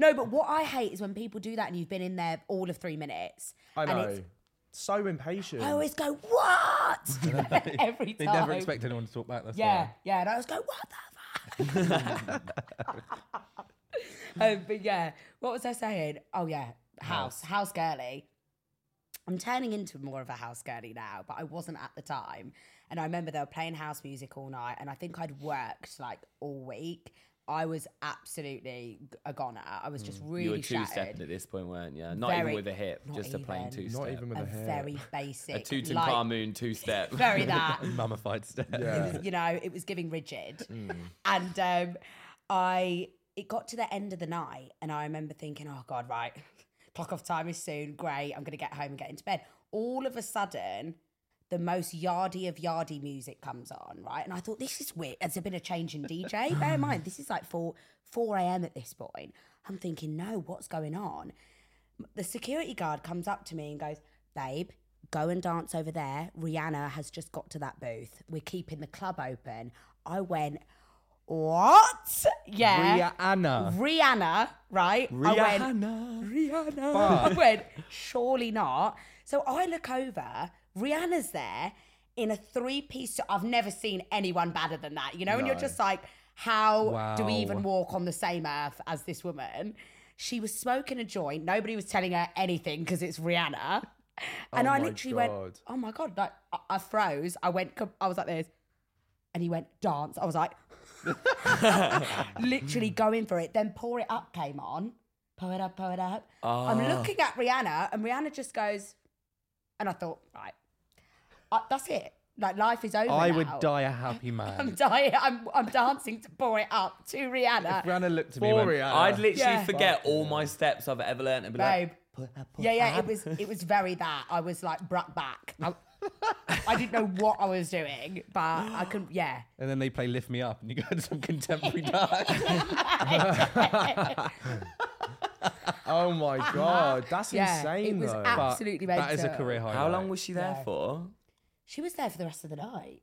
No, but what I hate is when people do that and you've been in there all of three minutes.
I
and
know.
it's-
So impatient.
I always go,
(laughs)
what? (laughs) Every time.
They never expect anyone to talk back. That's
Yeah,
why.
yeah. And I always go, what the fuck? (laughs) um, but yeah, what was I saying? Oh, yeah, house, house girly. I'm turning into more of a house girly now, but I wasn't at the time. And I remember they were playing house music all night, and I think I'd worked like all week. I was absolutely a goner. I was just really
(laughs) you were two
shattered.
stepping at this point, weren't you? Not
Very-
even with a hip,
not
just a plain
even.
two
not
step.
even with (laughs)
a
a hair.
very basic,
a Tutankhamun
like,
two step.
very (laughs)
(laughs)
that.
Mummified step.
Yeah.
you know, it was giving rigid, and um, I it got to the end of the night, and I remember thinking, oh god, right, (laughs) clock off time is soon. Great, I'm gonna get home and get into bed. All of a sudden. The most yardy of yardy music comes on, right? And I thought this is weird. There's been a change in DJ. Bear in mind, this is like four four a.m. at this point. I'm thinking, no, what's going on? the security guard comes up to me and goes, Babe, go and dance over there. Rihanna has just got to that booth. We're keeping the club open. I went, What? Yeah.
Rihanna.
Rihanna, right? I went, Rihanna. (laughs) I went, surely not. So I look over, Rihanna's there in a three piece. I've never seen anyone badder than that, you know? And you're just like, how do we
Wow.
even walk on the same earth as this woman? She was smoking a joint. Nobody was telling her anything because
(laughs)
it's Rihanna. And
Oh my
I literally
God.
went, oh my God. Like, I, I froze. I went, com- I was like this. And he went, dance. I was like, literally going for it. Then Pour It Up came on. Pour it up, pour it up.
Ah.
I'm looking at Rihanna, and Rihanna just goes, and I thought, right, uh, that's it. Like life is over.
I would
now.
die a
(laughs)
happy
I'm
man.
dying. I'm, I'm dancing to pour it up to Rihanna. (laughs)
Rihanna looked at me. and
For
went,
Rihanna.
(laughs) I'd literally
Yeah.
forget all my steps I've ever learned and be like,
Babe.
apple,
(laughs)
apple.
Yeah, yeah,
ab.
it was it was very that. I was like brought back. I, I didn't
(laughs)
know what I was doing, but I couldn't. Yeah,
And then they play Lift Me Up and you go to some
(laughs)
contemporary dance.
Oh my god, that's
Uh-huh. yeah,
insane
it was
though.
But
absolutely
That is a
mental.
career high.
How long was she there
Yeah.
for?
She was there for the rest of the night.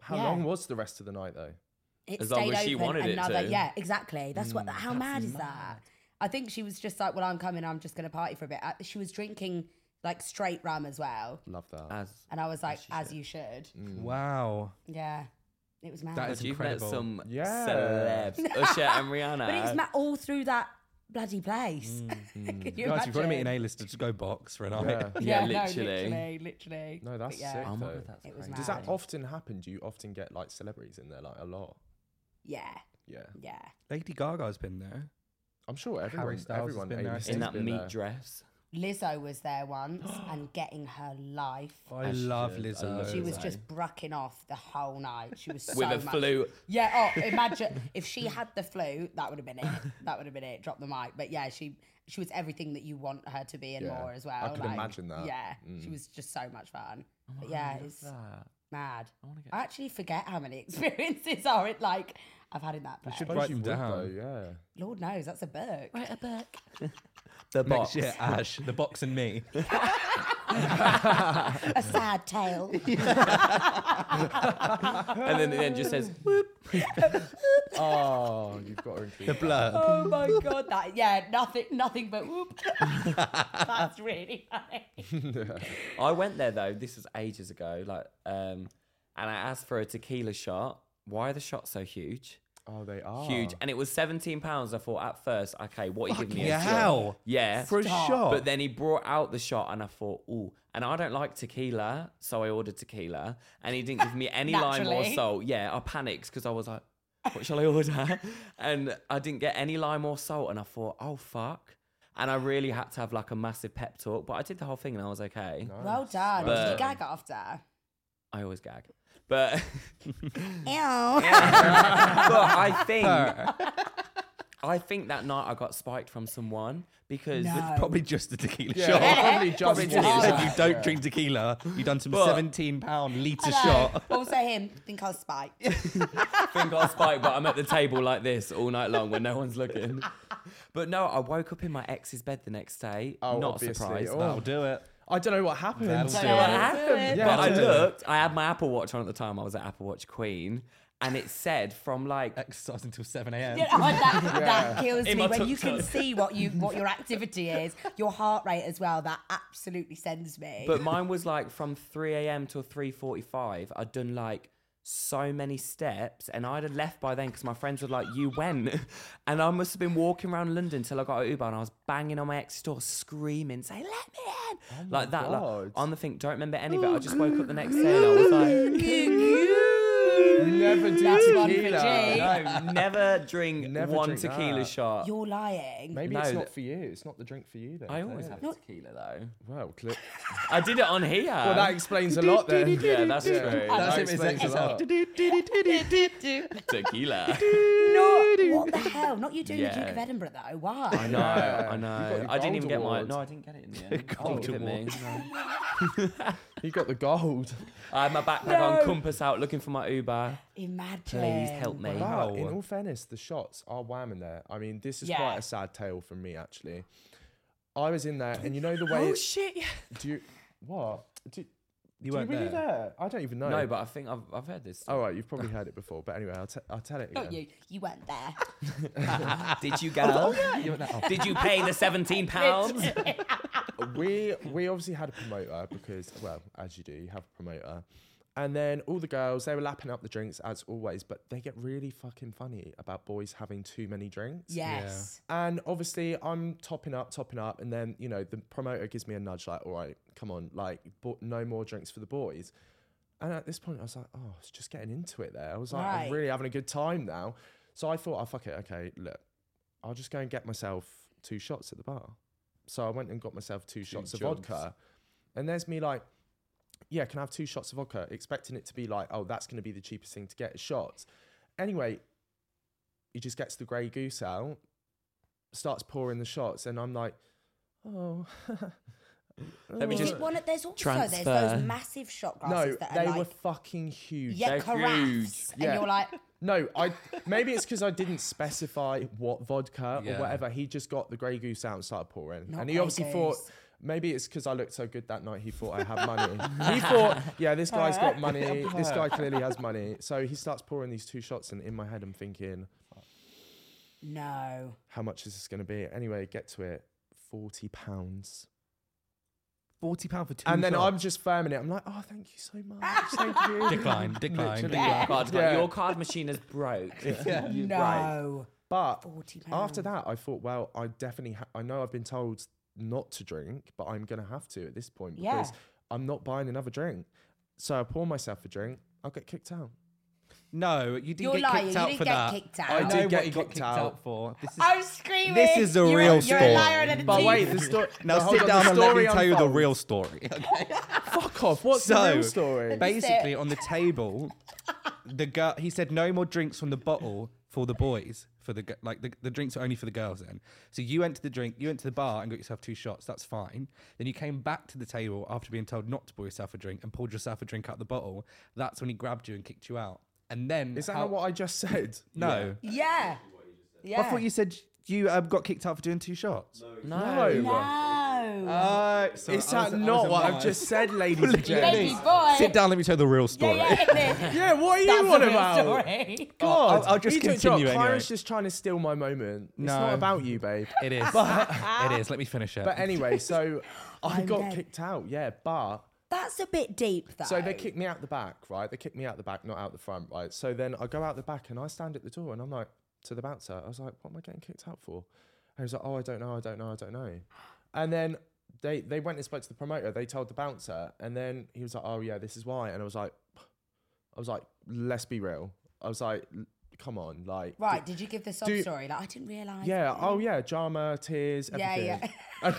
How
yeah.
long was the rest of the night though?
It
As
stayed
long as
open
she wanted it
another,
to.
Yeah, exactly. That's what. How mad is that? I think she was just like, "Well, I'm coming. I'm just going to party for a bit." I, she was drinking like straight rum as well,
Love that.
As
and I was like, "As you should."
Wow.
Yeah, it was mad.
That is
you've met
incredible.
some
Yeah.
celebs, Usher and Rihanna.
but it was mad all through that bloody (laughs) place. Can you
Guys, you've got to meet an
imagine?
A-lister to go box for an hour.
Yeah.
Yeah,
no,
literally.
literally, literally.
No,
But
that's
yeah.
sick
Oh my
though.
God, that's
It was
crazy.
mad.
Does that often happen? Do you often get like celebrities in there like a lot?
Yeah,
Yeah.
yeah.
(laughs) Lady Gaga's been there.
I'm sure everyone,
Styles has
everyone
been there, I
ABC's
in
She's
that
been
meat
there.
dress?
Lizzo was there once and getting her life.
I
As she
love
should. I
Lizzo.
love
She was just brucking off the whole night. She was so
With a
much-
flu.
Yeah. Oh, imagine if she had the flu, that would have been it. That would have been it. Drop the mic. But yeah, she she was everything that you want her to be and
Yeah.
more as well.
I could
Like,
imagine that.
Yeah, she was just so much fun. But yeah, it's mad. I, actually forget how many (laughs) experiences are it like I've had in that place.
should
Suppose
Write
you
them
would,
down.
though, yeah.
(laughs) Lord knows that's a book.
Write a book. the
Next
box.
year, Ash, the box
(laughs)
and me.
a sad tale.
And then it just says, whoop.
Oh, you've got to include
The blurb.
Oh my god, that yeah, nothing, nothing but whoop. That's really funny.
I went there though. This was ages ago. Like, um, and I asked for a tequila shot. Why are the shots so huge?
Oh, they are
Huge. And it was seventeen pounds. I thought at first, okay, what are you giving me? a shot?
hell.
Yeah.
For a
Oh.
Stop. shot.
But then he brought out the shot, and I thought, ooh. And I don't like tequila, so I ordered tequila, and he didn't
(laughs)
give me any lime or
Naturally.
salt. Yeah, I panicked because I was like, what shall I order? (laughs) and I didn't get any lime or salt, and I thought, oh fuck. And I really had to have like a massive pep talk, but I did the whole thing and I was okay.
Well done. Did you
But-
gag after?
I always gag. But (laughs)
Ew.
but
(laughs)
I think I think that night I got spiked from someone because
No.
Probably just the tequila
Yeah,
(laughs)
shot.
probably just
Probably
one.
just-
If you don't drink tequila, you've done some
But-
£17 litre
Hello.
shot.
Also him. Think I was spiked.
think I spiked, but I'm at the table like this all night long when no one's looking. But no, I woke up in my ex's bed the next day.
Oh,
not
obviously.
surprised.
Oh.
That'll do it.
I don't know what happened.
That'll
But
do
what
it.
happened?
Yeah.
but I
Yeah.
looked. I had my Apple Watch on at the time. I was at Apple Watch Queen, and it said from like
Exercise until 7 a.m.
You know, (laughs) that, that kills
In
me
my
when you can
tuk-tuk.
see what you what your activity is, your heart rate as well. That absolutely sends me.
But mine was like from 3 a.m. till 3:45. I'd done like so many steps, and I'd have left by then because my friends were like, "You went," (laughs) and I must have been walking around London till I got an Uber, and I was banging on my ex door, screaming, "Say let me in!" like that.
Oh God.
Like, on the thing, don't remember any of it. I just woke up the next day and I was
(laughs)
like.
Never do
That's one for
tequila.
G.
No, never drink
Never
one
drink
tequila
that.
shot.
You're lying.
Maybe
No,
it's
th-
not for you. It's not the drink for you. Then
I always
yeah.
have tequila though.
Well, cl-
I did it on here.
well, that explains a lot then.
yeah, that's
Yeah. (laughs)
true.
That
That's him, his
explains a lot.
no,
(laughs)
(laughs)
tequila.
what the hell? Not you doing the
Yeah.
Duke of Edinburgh though. Why?
I know,
Yeah.
I
You got
know.
your
I didn't even
gold
get my.
award.
No, I didn't get it in
(laughs)
the end.
Gold
Oh, look at me.
He got the gold.
I had my backpack on, compass out, looking for my Uber.
Imagine.
Please help me.
Wow.
Wow.
In all fairness, the shots are wham in there. I mean, this is
Yeah.
quite a sad tale for me actually. I was in there, and you know the way.
Oh shit! yeah.
do you what? Do,
You
do you
weren't
really there?
there.
I don't even know.
No, but I think I've I've heard this.
all right, you've
(laughs)
probably heard it before. But anyway, I'll, t- I'll tell
Oh,
it again.
Not you. You weren't there.
(laughs) Did you go?
You weren't there. (laughs) Oh.
Did you pay the (laughs) seventeen pounds?
we we obviously had a promoter because well as you do you have a promoter and then all the girls they were lapping up the drinks as always but they get really fucking funny about boys having too many drinks
(laughs) Yes.
and obviously i'm topping up topping up and then you know the promoter gives me a nudge like all right come on like bo- no more drinks for the boys and at this point i was like oh it's just getting into it there i was like i'm
Right.
really having a good time now so i thought oh fuck it okay look i'll just go and get myself two shots at the bar so I went and got myself two, shots of
jobs.
vodka. And there's me like, yeah, can I have two shots of vodka? Expecting it to be like, oh, that's going to be the cheapest thing to get is shots. Anyway, he just gets the grey goose out, starts pouring the shots, and I'm like, oh.
Let me
Is
just.
it one of, there's also there's
transfer.
those massive shot
No,
glasses that are
they
like
were fucking huge.
yeah
They're
carafes,
huge.
and
Yeah.
you're like
No, I maybe it's because I didn't specify what vodka
Yeah.
or whatever. He just got the Grey Goose out and started pouring,
Not
and he
Grey
obviously thought
Goose.
maybe it's because I looked so good that night. He thought I had money.
(laughs)
he thought, yeah, this guy's got money. This guy clearly has money. So he starts pouring these two shots, and in my head, I'm thinking,
no.
how much is this going to be? Anyway, get to it. Forty pounds,
Forty pound for two.
and then I'm
shots.
just firming it. I'm like, oh, thank you so much,
(laughs)
thank you.
decline, decline.
Literally.
decline.
God, God,
Yeah.
Your card machine is broke. (laughs) You- right.
No.
But
40
after that, I thought, well, I definitely, ha- I know I've been told not to drink, but I'm going to have to at this point
Yeah.
because I'm not buying another drink. So I pour myself a drink, I'll get kicked out.
No, you didn't
You're
get
lying,
kicked
you
out
didn't
for
get
that.
kicked out.
I
know
did
what
get
you
kicked out.
for. This is
I'm screaming.
This is the
You're-
real
You're a liar
story.
and a
But wait,
thief.
the story.
(laughs) now
no, hold
sit
on,
down
the
and let me
story
tell you the
unfolds.
real story.
Fuck off. (laughs) What's the
So-
real story?
Basically, on the table, the girl he said no more drinks from the bottle for the boys. For the gi- like the, the drinks are only for the girls then. So you went to the drink, you went to the bar and got yourself two shots. That's fine. Then you came back to the table after being told not to pour yourself a drink and poured yourself a drink out the bottle. That's when he grabbed you and kicked you out. And then
Is that
how-
not what I just said?
No.
Yeah. Yeah.
I thought you said you um, got kicked out for doing two shots. No.
No.
No.
Uh, Is that not what I've just
(laughs)
said, ladies and
Baby
gents?
boy.
Sit down, let me tell the real story.
Yeah, yeah.
Yeah, what are
That's
(laughs) you
the
on
real
about?
story.
God,
I'll- I'll just
you took-
continue
Kyron's
anyway.
just trying to steal my moment. It's
No.
not about you, babe.
It (laughs) is. it is. Let me finish it.
But anyway,
(laughs)
so I
I'm
got
dead.
kicked out. Yeah, but
That's a bit deep, though.
so they kicked me out the back, right? They kicked me out the back, not out the front, right? So then I go out the back and I stand at the door and I'm like to the bouncer. I was like, what am I getting kicked out for? And he was like, oh, I don't know, I don't know, I don't know. And then they they went and spoke to the promoter. They told the bouncer, and then he was like, oh yeah, this is why. And I was like, I was like, let's be real. I was like, "L- come on, like,
Right, did you give the sob
do-
story? Like, I didn't realise.
yeah, oh yeah, drama, tears,
Yeah,
everything.
(laughs) yeah.
(laughs)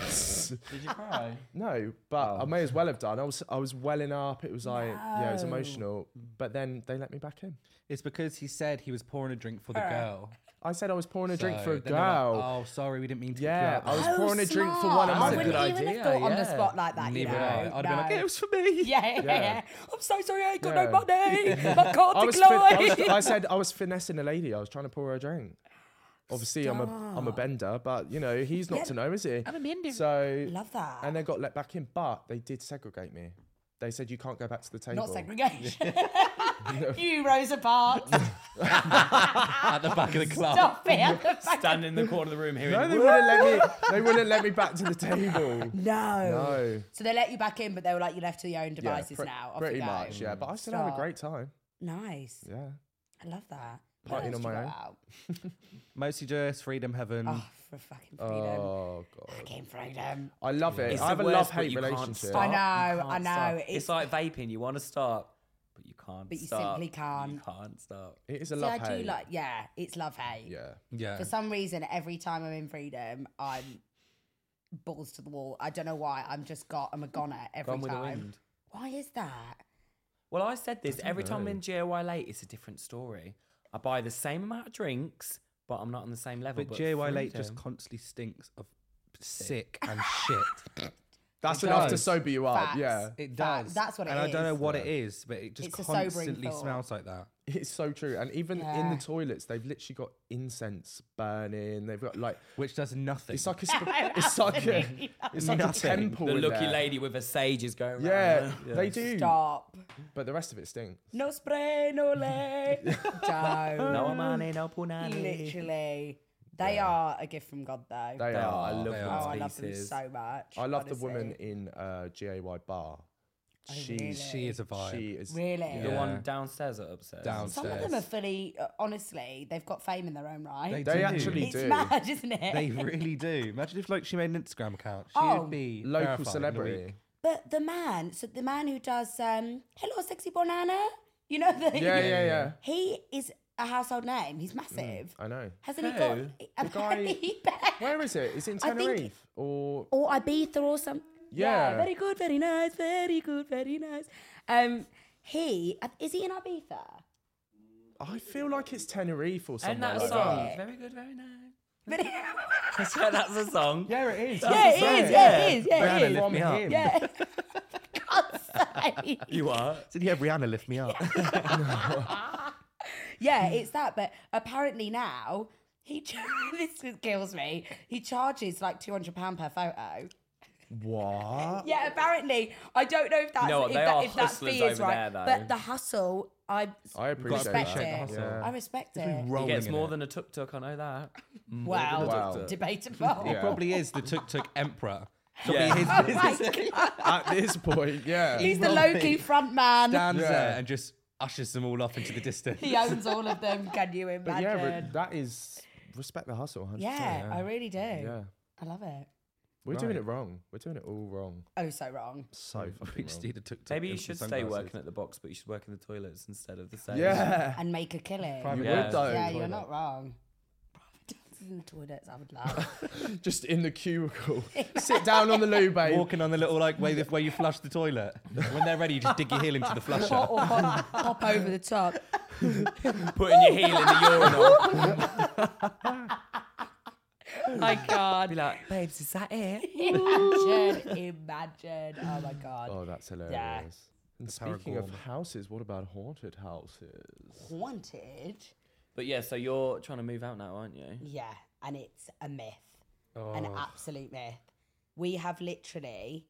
yeah.
Did you cry?
No, but I may as well have done. I was I was welling up. It was like yeah, it was
Oh. No.
emotional. But then they let me back in.
it's because he said he was pouring a drink for the girl.
I said I was pouring a drink
So
for a
then they're like,
girl.
oh, sorry, we didn't mean to. kick you
yeah,
out."
I was
Oh,
pouring a drink for one of
smart.
my
I wouldn't
good idea,
even have thought on the
yeah.
spot like that. you
Neither
know?
would I. I'd have been like,
No.
it was for me.
"Oh." (laughs) yeah, yeah,
Yeah.
yeah. I'm so sorry, I ain't got
Yeah.
no money.
(laughs)
My
I
card
was, fin- I,
declined.
was- I said I was finessing a lady. I was trying to pour her a drink. Obviously, I'm a I'm a bender, but you know he's not
Yeah.
to know, is he? I'm a bender. So
Love that.
and they got let back in, but they did segregate me. They said you can't go back to the table. (laughs)
Not segregation. (laughs) you, Rosa Parks.
(laughs) At the back of the club.
Stop it. I'm the fucking-
Stand in the corner of the room hearing.
No, they wouldn't let me. They
(laughs)
wouldn't let me back to the table.
No.
No.
So they let you back in, but they were like, you're left to your own devices
pre-
now. Off
pretty
you go.
much, yeah. But I still had a
Stop.
great time.
Nice.
Yeah.
I love that. What
Partying
else
on
do you
my
got
own. Mm.
out?
Mostly just freedom heaven.
Oh, for fucking freedom.
Oh god.
Fucking freedom.
I love it.
It's
I have
the
a
worst,
love
but
hate
you can't
relationship.
stop.
I know,
You can't
I know,
stop. It's,
it's-
like vaping. You want to stop, but you can't.
But you
stop.
simply
You
can't.
can't stop.
It is a
See, I
love
do
hate.
like, yeah, it's love hate.
yeah.
yeah.
For some reason, every time I'm in freedom, I'm balls to the wall. I don't know why. I'm just got, I'm a goner every
Gone with the
time.
wind.
Why is that?
(laughs)
Well, I said this every time I'm in GOY late, it's a different story. I buy the same amount of drinks, but I'm not on the same level.
But
But,
JY Lake just
freedom-
constantly stinks of sick and shit.
That's
It
enough to
does.
sober you up.
Facts.
Yeah.
It
That-
does.
that's what it
and I don't know
is.
what it is, but it just
It's a sobering
constantly
thought.
smells like that.
It's so true. And even in
Yeah.
the toilets, they've literally got incense burning. They've got like
Which does nothing.
it's like a
(laughs)
sp- it's like a it's like a
Nothing.
temple.
the
in
lucky
there.
lady with her sage is going.
Yeah,
round.
they do.
Stop.
But the rest of it stinks.
No spray, no lay.
(laughs)
Don't.
No money, no punani.
Literally. They are a gift from God, though.
They
They
are.
are. I love
they
these
oh,
are.
I love them
pieces.
so much.
I love the
honestly.
woman in uh, GAY bar. She
she is a vibe.
she is
Really?
The
Yeah.
one downstairs or upstairs.
Downstairs.
Some of them are fully, uh, honestly, they've got fame in their own right.
They
They
do.
actually
it's
do.
mad, isn't it?
They really do. Imagine if like she made an Instagram account. She
Oh.
would be verified
Local
in a week.
celebrity.
But the man, so the man who does um, "Hello, sexy banana," you know the (laughs)
Yeah, yeah, yeah.
He is a household name. He's massive.
I know.
Hasn't he
Who?
got? (laughs) apparently he bet-
Where is it? Is it in
I think-
Tenerife or
or Ibiza or something.
Yeah.
Very good. Very nice. Very good. Very nice. Um, he is he in Ibiza?
I feel like it's Tenerife or something.
And that
like
song.
that.
that.
Very good, very nice. (laughs)
But
So that's a song.
Yeah, it is.
yeah,
That's
it
the
is.
song.
Yeah, it is. Yeah,
Rihanna
it is.
lift me
From
up.
him.
Yeah. (laughs) God's sake.
You are.
said, yeah, Rihanna, lift me up.
Yeah, it's that. But apparently now he char- (laughs) this kills me. He charges like two hundred pound per photo.
What?
Yeah, apparently I don't know if that's
know what,
if,
they
that,
are
if that
hustlers
fee is
over
right,
there, though.
but the hustle I
I appreciate
respect
that.
it.
hustle.
Yeah.
I respect
He's
it.
rolling
He gets
in
more
it.
than a tuk tuk. I know that.
Wow,
Wow.
debatable.
Yeah.
Probably is the tuk tuk emperor.
(laughs)
Yeah.
Probably
Oh
his
my God.
At this point, yeah.
He's the
rolling.
low key front man.
stands
Yeah.
there and just ushers them all off into the distance.
He
(laughs)
owns all of them. (laughs) Can you
but
imagine?
yeah,
Yeah,
but that is respect the hustle. 100%,
I really do.
Yeah.
I love it.
We're doing
Right.
it wrong. We're doing it all wrong.
Oh, so wrong.
So fucking
We just
wrong.
need a tuk-tuk
Maybe you
and some
should stay
sunglasses.
working at the box, but you should work in the toilets instead of the same.
Yeah.
And make a killing.
You
Yeah.
would though.
Yeah, you're not wrong. Private (laughs) dances in the toilets, I
(laughs)
would laugh.
Just in the
(laughs)
cubicle. Sit down on the loo, babe.
(laughs) Walking on the little
(laughs)
like way the, where you flush the toilet. When they're ready, you just dig your heel into the flusher.
or, or pop, pop over
(laughs)
the top.
Putting your heel in the urinal.
(laughs) My God.
Be like, babes, is that it?
imagine, imagine. Oh my God.
Oh, that's hilarious. And speaking of houses, what about haunted houses?
Wanted.
But yeah, so you're trying to move out now, aren't you?
Yeah, and it's a myth, an
Oh.
absolute myth. We have literally,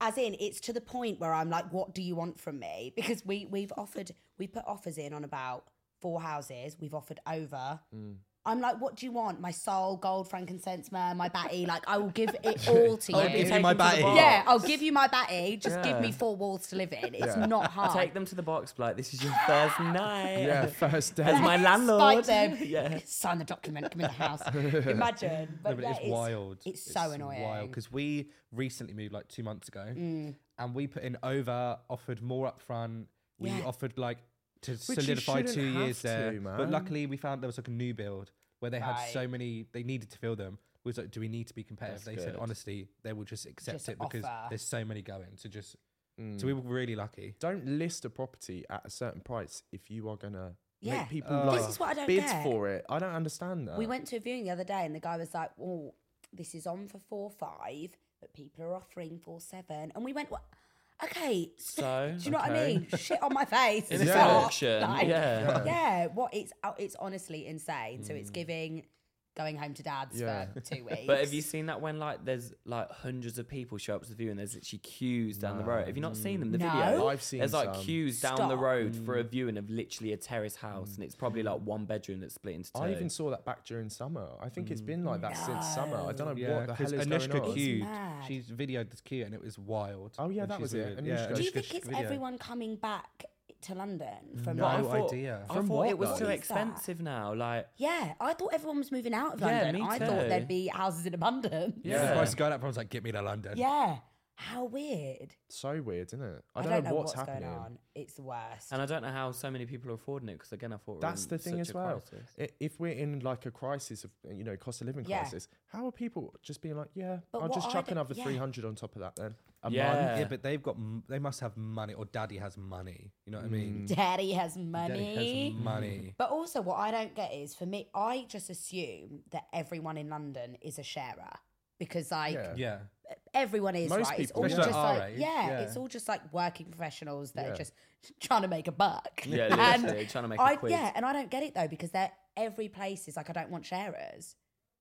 as in, it's to the point where I'm like, what do you want from me? Because we we've offered, we put offers in on about four houses. We've offered over.
Mm.
I'm like, what do you want? My soul, gold, frankincense, myrrh, my batty. Like, I will
(laughs)
give it all to you.
I'll give you my batty.
yeah, I'll give you my batty. Just give me
Yeah.
four walls to live in. It's
Yeah.
not hard.
Take them to the box, be like, this is your first night.
Yeah, first day.
As my landlord.
Spite them.
(laughs) Yeah.
Sign the document. Come in the
(laughs)
house. Imagine. But,
No, but
yeah,
it's, wild.
It's, so annoying. Mm.
because we recently moved like two months ago, and we put in over, offered more up front. We
Yeah.
offered like to
you
solidify
shouldn't
two
have
years there,
to,
but
man.
luckily we found there was like a new build where they had so
Right.
many they needed to fill them. We was like, do we need to be competitive?
That's
they said,
good.
honestly, they will just accept
Just
it because
offer.
there's so many going. So just,
Mm.
so we were really lucky.
Don't list a property at a certain price if you are gonna
Yeah.
make people
This
like
is what I don't
bids
get.
for it. I don't understand that.
We went to a viewing the other day and the guy was like, Oh, this is on for four five, but people are offering four seven. And we went, What okay.
So?
do you know what I
Okay.
mean? Shit on my face.
Oh, (laughs) In a
Yeah.
Stop.
auction,
Like,
yeah. Mm.
Yeah, what it's oh, it's honestly insane. So it's giving going home to dad's
Yeah.
for two weeks.
(laughs) But have you seen that when like there's like hundreds of people show up to the view and there's literally queues down the road? Have you not seen them? The
No.
video.
I've seen
There's like
some. Mm.
queues down the
Stop.
road for a viewing of literally a terrace house, and it's probably like one bedroom that's split into two.
I Mm. even saw that back during summer. I think it's been like that since summer. I don't know
Yeah,
what the hell
because
is
Anushka
going on.
queued.
mad.
She's videoed this queue and it was wild.
Oh, yeah,
And
that
she's
was it,
really- yeah,
Anushka.
Do you
Anushka's
think it's
video.
everyone coming back to London from
No
But I
like,
idea.
thought- I
From
thought
what,
it was
though?
too
What is
expensive now. Like
Yeah, I thought everyone was moving out of
Yeah,
London.
me
I thought
too.
there'd be houses in abundance.
Yeah. The
Yeah.
price is going up. Everyone's like, get me to London.
Yeah. How weird.
So weird, isn't it?
I don't, know what's, going on. It's the worst.
And I don't know how so many people are affording it because again, I thought we're
That's
in
the thing
such
as
a
well.
crisis.
I- If we're in like a crisis of you know cost of living
Yeah.
crisis, how are people just being like, yeah,
But
I'll
what
just
I
chuck
don't-
another
yeah.
three hundred on top of that then a month?
Yeah. (laughs)
Yeah, but they've got, m- they must have money, or daddy has money. You know what I
(laughs)
mean?
Mm. Daddy has
Daddy
money.
has money.
but also, what I don't get is for me, I just assume that everyone in London is a sharer because, like,
Yeah.
Yeah.
everyone is,
Most
right? It's
people,
all
yeah.
just
Especially at
like,
our age,
yeah,
yeah.
it's all just like working professionals that
Yeah.
are just (laughs) trying to make a buck.
Yeah,
(laughs) And
literally, trying to make a
I,
quid.
Yeah, and I don't get it though because they're, every place is like, I don't want sharers.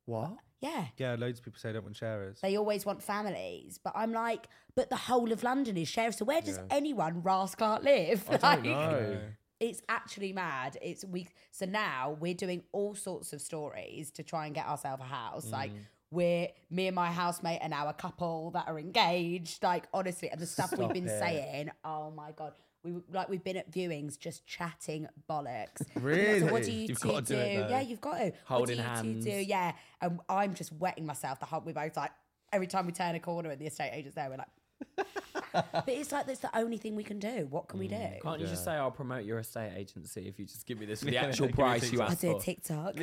What?
Yeah.
Yeah, loads of people say they don't want sharers.
They always want families, but I'm like, but the whole of London is shared. So where does anyone Ras Clark live?
I
(laughs)
don't
Like,
know.
It's actually mad. It's we. So now we're doing all sorts of stories to try and get ourselves a house.
Mm.
Like we're me and my housemate are now a couple that are engaged. Like honestly, and the stuff we've
Stop
been
it.
saying. Oh my god. We, were- like we've been at viewings just chatting
(laughs)
bollocks.
Really?
So what do you
You've
two
gotta do
do?
it, though.
yeah, you've got to.
Holding
what do you two
hands.
do? Yeah, and I'm just wetting myself. The whole we're both like every time we turn a corner and the estate agent's there, we're like. (laughs) but it's like that's the only thing we can do. What can we do?
Mm,
Can't you just say I'll promote your estate agency if you just give me this for the
Yeah,
actual
give me a
price you
TikTok.
I
asked
do
for?
a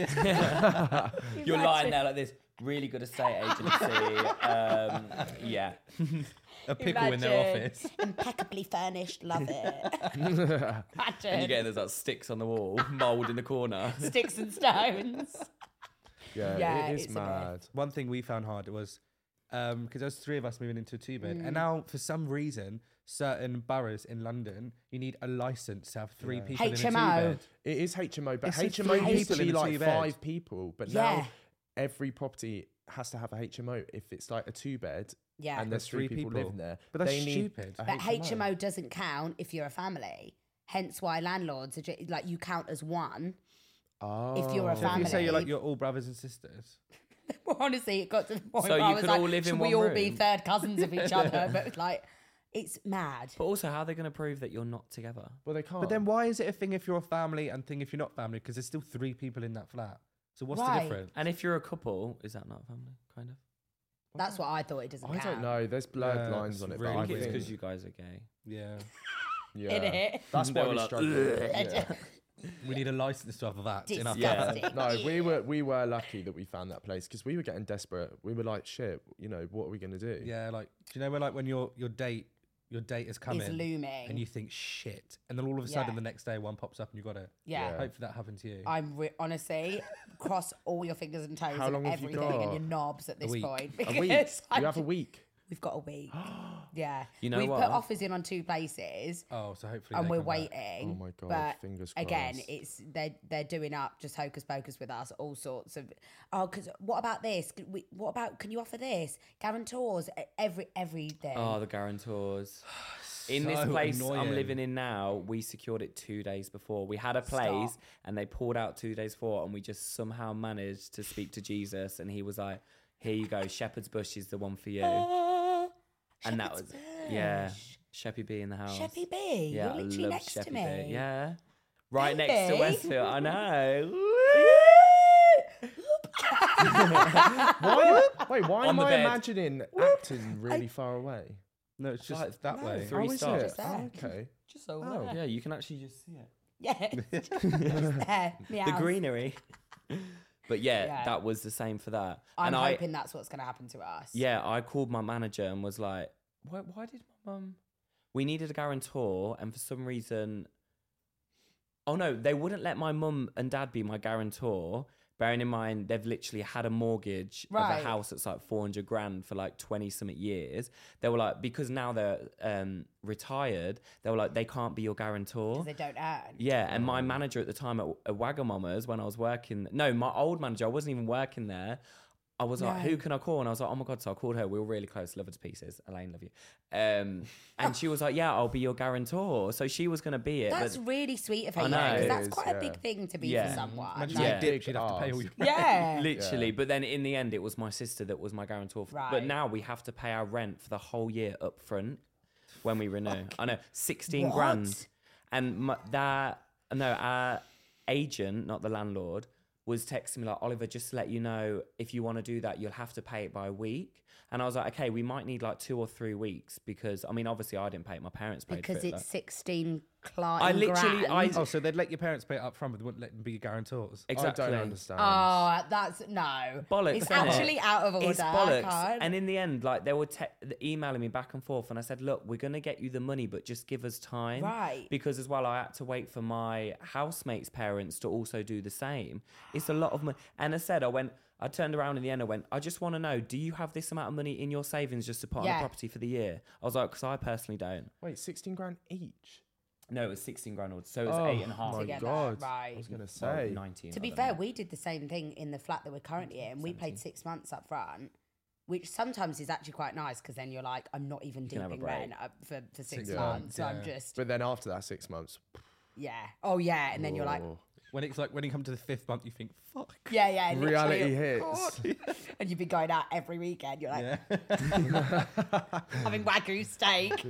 TikTok. (laughs)
(laughs) You're lying there like this. Really good estate agency. um, yeah.
A pickle in their
Imagine. (laughs)
office. (laughs)
impeccably furnished. Love it.
And you're
Imagine
(laughs) getting those like sticks on the wall, mold in the corner.
sticks and stones.
Yeah,
Yeah,
it is
it's a bit-
mad.
One thing we found hard was because there was three of us moving into a two bed,
Mm.
and now for some reason, certain boroughs in London, you need a license to have three people in a two
HMO.
bed.
It is HMO, but
It's a three
HMO used to
people in
be
a
like
two-bed.
five people, but
Yeah.
now every property has to have a HMO if it's like a two bed
Yeah.
and there's three, people living there.
But that's
they need
stupid.
a
But HMO. doesn't count if you're a family. Hence why landlords are ju- like you count as one. (laughs)
Oh.
If you're a
So if you say you're like
Family.
you're all brothers and sisters.
Well, honestly, it got to the point
So
where
you
I was
could
like,
all live in
should we
one
all be
room?"
third cousins of each other? But like, it's mad.
(laughs) But also, how are they going to prove that you're not together?
well, they can't.
But then why is it a thing if you're a family and thing if you're not family? Because there's still three people in that flat. So what's
Right.
the difference?
And if you're a couple, is that not family? Kind of.
That's what I thought. It doesn't
I
count.
don't know. There's blurred
Yeah,
lines
it's
on it.
really
but I
weird.
it's
think-
because you guys are gay.
Yeah.
yeah.
(laughs) Innit?
(laughs)
That's
They
why
were
we
like,
struggled. Yeah.
We need a license to have that in our
Disgusting.
yeah.
yeah.
Fantastic.
No, we were we were lucky that we found that place because we were getting desperate. We were like, shit, you know, what are we gonna do?
Yeah, like do you know where like when your your date your date is coming
looming.
and you think shit and then all of a sudden
Yeah.
the next day one pops up and you got it.
Yeah.
Yeah.
Hopefully that happened to you.
I'm re- honestly cross all your fingers and toes
How long
and
have you
everything and
got?
your knobs at this
week.
point.
A
(laughs)
week.
because I
You have a
d-
week.
We've got
(gasps)
a week. yeah.
You know
We've
what?
put offers in on two places.
oh, so hopefully
and
they
we're
come back.
waiting.
Oh my God,
But
fingers
Again,
crossed.
it's they're they're doing up just hocus pocus with us, all sorts of. Oh, because what about this? Could we- What about can you offer this? Guarantors, e- every everything. (gasps)
Oh, the (sighs) guarantors. In this
So
place I'm
annoying.
living in now, we secured it two days before. We had a place
Stop.
and they pulled out two days before, and we just somehow managed to speak to Jesus, and he was like, "Here you go, Shepherd's Bush is the one for you."
Oh.
and that was
Oh, Shepherd's
yeah,
Bush.
Sheppy B in the house.
Sheppy B,
yeah, I
you're literally
love
next to
Sheppy
me. (laughs)
B. Yeah, right next to
Baby.
Westfield. I know.
(laughs)
(laughs) Why, wait, why
On
am
the
I
bed.
imagining acting really far away?
No, it's just
Like,
that
no,
way.
three
oh, is
stars.
it?
Just there.
okay.
(laughs) Just so
Oh.
yeah, you can actually just see it. (laughs)
yeah, (laughs) just there.
the
meows.
greenery. (laughs) but yeah,
Yeah.
that was the same for that.
I'm
and I
hoping that's what's going to happen to us.
yeah, I called my manager and was like, why, why did my mum? We needed a guarantor, and for some reason, oh no, they wouldn't let my mum and dad be my guarantor. Bearing in mind they've literally had a mortgage of
Right.
a house that's like four hundred grand for like twenty something years. They were like, because now they're um, retired, they were like, they can't be your guarantor.
'Cause they don't earn.
Yeah, and
Mm.
my manager at the time at, at Wagamama's when I was working, no, my old manager, I wasn't even working there. I was like,
No.
who can I call? And I was like, oh my God. So I called her. We were really close. Love her to pieces. Elaine, love you. Um, and she was like, yeah, I'll be your guarantor. So she was going to be it.
That's
but
really sweet of her.
I
yeah,
know.
'cause
It
that's
is,
quite a
yeah.
big thing to be
Yeah.
for someone.
Imagine
like-
you
Yeah.
get dipped, you'd have to pay
Big
(laughs) all your rent.
yeah.
(laughs)
(laughs)
literally. But then in the end, it was my sister that was my guarantor. f- But
Right.
now we have to pay our rent for the whole year up front when we renew. I know, 16
What?
grand. And my, that, no, our agent, not the landlord, was texting me like, Oliver, just to let you know, if you want to do that, you'll have to pay it by a week. And I was like, okay, we might need like two or three weeks because, I mean, obviously I didn't pay it. My parents paid
because
for it.
it's
but-
16 clients.
I literally- I-
Oh, so they'd let your parents pay it up front, but they wouldn't let them be guarantors.
Exactly.
I don't understand.
Oh, that's no.
bollocks.
It's
isn't it?
actually out of order.
It's
I
bollocks.
can't.
And in the end, like they were te- emailing me back and forth, and I said, "Look, we're gonna get you the money, but just give us time,
Right.
Because as well, I had to wait for my housemate's parents to also do the same. It's a lot of money. And I said, I went, I turned around in the end, I went, I just want to know, do you have this amount of money in your savings just to put on
Yeah.
a property for the year? I was like, because I personally don't.
Wait, 16 grand each?
No, it was sixteen grand, or- so it was
Oh,
eight and a half.
my
Together,
God.
right.
I was going to
Well,
say.
nineteen.
to
I
be
don't
fair,
know.
we did the same thing in the flat that we're currently in. We paid six months up front, which sometimes is actually quite nice because then you're like, I'm not even
can have a
deeping
break.
rent up for, for six
Six
months.
months,
So I'm
yeah.
just,
But then after that, six months.
yeah. Oh, yeah. And then you're like,
oh,
When it's like when you come to the fifth month, you think, fuck.
yeah, yeah. literally,
reality
oh,
hits.
God. and you've been going out every weekend. You're like, (laughs) having wagyu steak.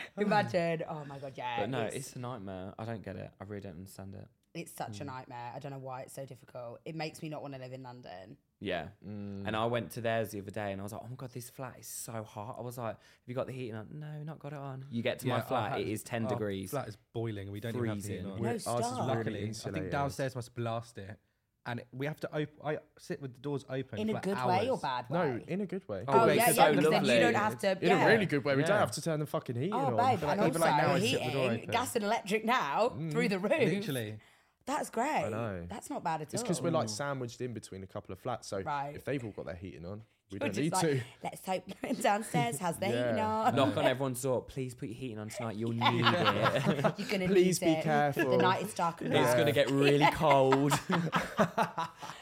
(laughs) Imagine. Oh, my God. Yeah.
But no,
it's-
it's a nightmare. I don't get it. I really don't understand it.
It's such a nightmare. I don't know why it's so difficult. It makes me not want to live in London.
Yeah.
Mm.
And I went to theirs the other day and I was like, oh my God, this flat is so hot. I was like, have you got the heating on? No, not got it on. You get to
Yeah,
my
our
flat,
house-
it is 10
our
degrees.
flat is boiling and we don't even have
Freezing.
the heating on.
No,
ours is
stop.
really
Luckily, I think
insulated.
downstairs must blast it, and it- we have to open. I sit with the doors open
In
for
a good
hours.
way or bad way?
No, in a good way.
Oh,
Oh, babe,
yeah,
it's
yeah,
so
because then you don't
lovely.
have to.
in
yeah.
a really good way. We don't
Yeah.
have to turn the fucking heat
Oh,
on.
babe,
But like,
and also
even like now I sit with the door
heating,
open.
(laughs) gas and electric now through the roof.
Literally,
That's great.
know.
That's not bad at
It's
all.
because we're
Oh.
like sandwiched in between a couple of flats. So
Right.
if they've all got their heating on, we
(laughs) We're
don't
just
need
like,
to.
Let's (laughs) hope downstairs has the heating
Yeah.
on.
Knock
(laughs)
on
(laughs)
everyone's door. Please put your heating on tonight. You'll need it. (laughs)
You're gonna
Please
lose
be
it. The
careful.
night is dark and
It's
dark.
gonna get really
(laughs)
cold. (laughs)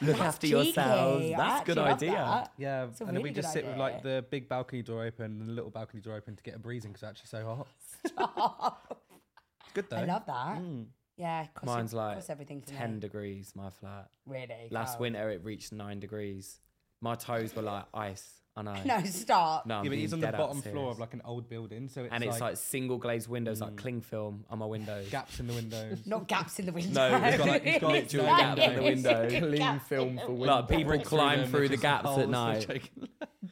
Look after yourselves.
Cheeky. I
That's a good
actually love
idea.
that.
Yeah,
It's a
and then
really
we just
good
sit with like
idea.
the big balcony door open and the little balcony door open to get a breeze in because it's actually so hot.
(laughs)
It's good though.
I love that. Yeah, cross
Hmm. Mine's like
cross everything's in
10
there.
degrees, my flat.
Really?
Last
Oh.
winter, it reached nine degrees. My toes were like ice. I know.
(laughs) No, stop.
No, I'm
yeah, but
being
he's on the
dead out
bottom floor
serious.
of like an old building, so it's
and
like, Mm.
it's like single glazed windows, like cling film on my windows.
gaps in the windows.
(laughs) Not gaps in the window.
No, it's
got, like, it's
(laughs)
got
It's
literally
like-
gaps in the window.
Clean film for windows.
like people climb through the gaps at night.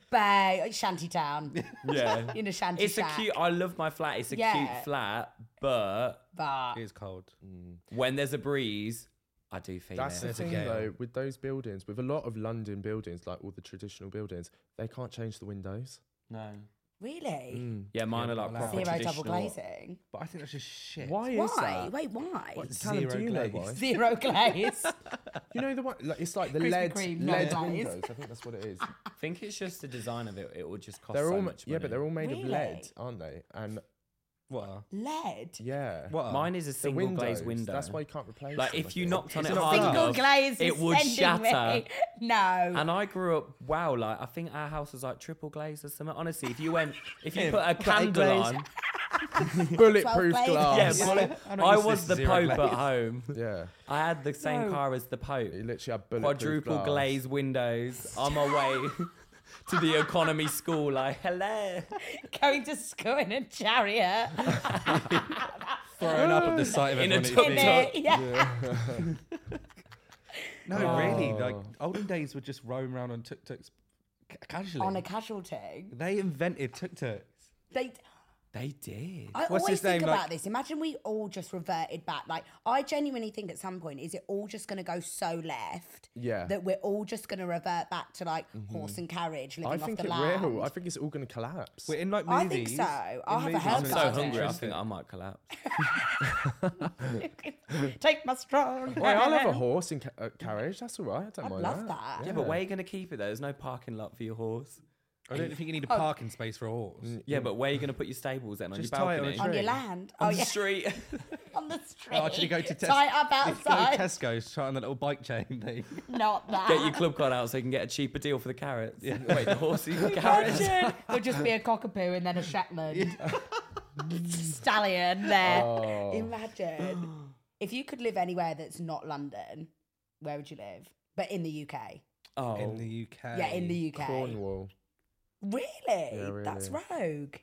Bay, like shantytown.
(laughs) Yeah.
In a shanty
It's a
shack.
cute. I love my flat. It's a
Yeah.
cute flat, but
But
(laughs) It is cold.
when there's a breeze, I do feel
That's
it.
the thing
gale.
though, with those buildings, with a lot of London buildings, like all the traditional buildings, they can't change the windows.
No.
really,
Yeah, mine are
not
like
allowed.
zero
proper
double
Mm, traditional.
glazing.
But I think that's just shit.
Why, is
Why?
that?
Wait, why?
What, Callum,
Zero
do you know
glaze.
why?
(laughs) Zero
(laughs)
glaze.
You know the one, like, it's like the
Krispy
lead,
Kreme, not
lead
glaze.
windows. I think that's what
(laughs)
it is.
I think it's just the design of it. It would just cost
they're
so
all, ma-
much money.
yeah, but they're all made of lead,
Really?
aren't they? And
What? are-
Lead.
yeah,
What? are-
Mine is
the
a single
windows.
glazed window.
That's why you can't replace.
Like
them, I
if you
think.
knocked on it
it not
hard
glass?
Single
enough,
glaze.
it
is
would
sending
shatter.
me. No.
And I grew up wow, like I think our house was like triple glazed or something. Honestly, if you went, if you put a candle
glaze.
on,
(laughs) bulletproof
glaze.
yeah,
glass.
Yeah.
bullet-
I'm not
I
used to
was the
zero
Pope
glaze.
at home.
Yeah,
I had the same car as the Pope.
you literally have bulletproof
Quadruple
glass.
glazed windows on my way
(laughs)
to the economy school. Like hello,
going to school in a
(laughs)
chariot.
Throwing
(laughs)
up at the sight of
In a
everyone
tub
eating.
In it. Yeah.
No, really. Like
Oh.
olden days would just roam around on tuk tuks casually.
On a casualty.
they invented tuk tuks.
They.
they did.
I
What's
always
his
think
name,
about
like-
this. Imagine we all just reverted back. Like, I genuinely think at some point, is it all just going to go so left?
Yeah.
That we're all just going to revert back to like horse and carriage, living
I
off
think
the
it
land.
will. I think it's all going to collapse.
We're in like
I
movies.
think so.
in
I'll have a
movies
hell of
I'm
when it's
a
so
time.
hungry. I
interesting.
think I might collapse.
(laughs) Take my strong.
Wait, I'll
(laughs)
have a horse and ca- uh, carriage. That's all right. I don't
I'd
mind
love that.
Yeah, but where are you gonna keep it though? There's no parking lot for your horse.
I don't think you need a parking space for a horse.
Yeah, but where are you gonna put your stables then on
Just
your
tie it on
balcony?
a tree.
On your
Really?
land.
On
oh,
the
yeah.
street.
(laughs) on the street.
Oh, actually, (laughs) go to Tesco.
Tie it up outside.
Go to Tesco's, try on the little bike
(laughs)
chain thing.
Not that.
get your club card out so you can get a cheaper deal for the carrots. Wait, (laughs) the horsey carrots.
Imagine. (laughs) There'll just be a cockapoo and then a Shetland (laughs) stallion there.
Oh.
Imagine (gasps) if you could live anywhere that's not London. Where would you live? But in the UK.
Oh,
In the UK.
yeah, in the UK.
Cornwall.
Really?
really. Mm,
That's rogue.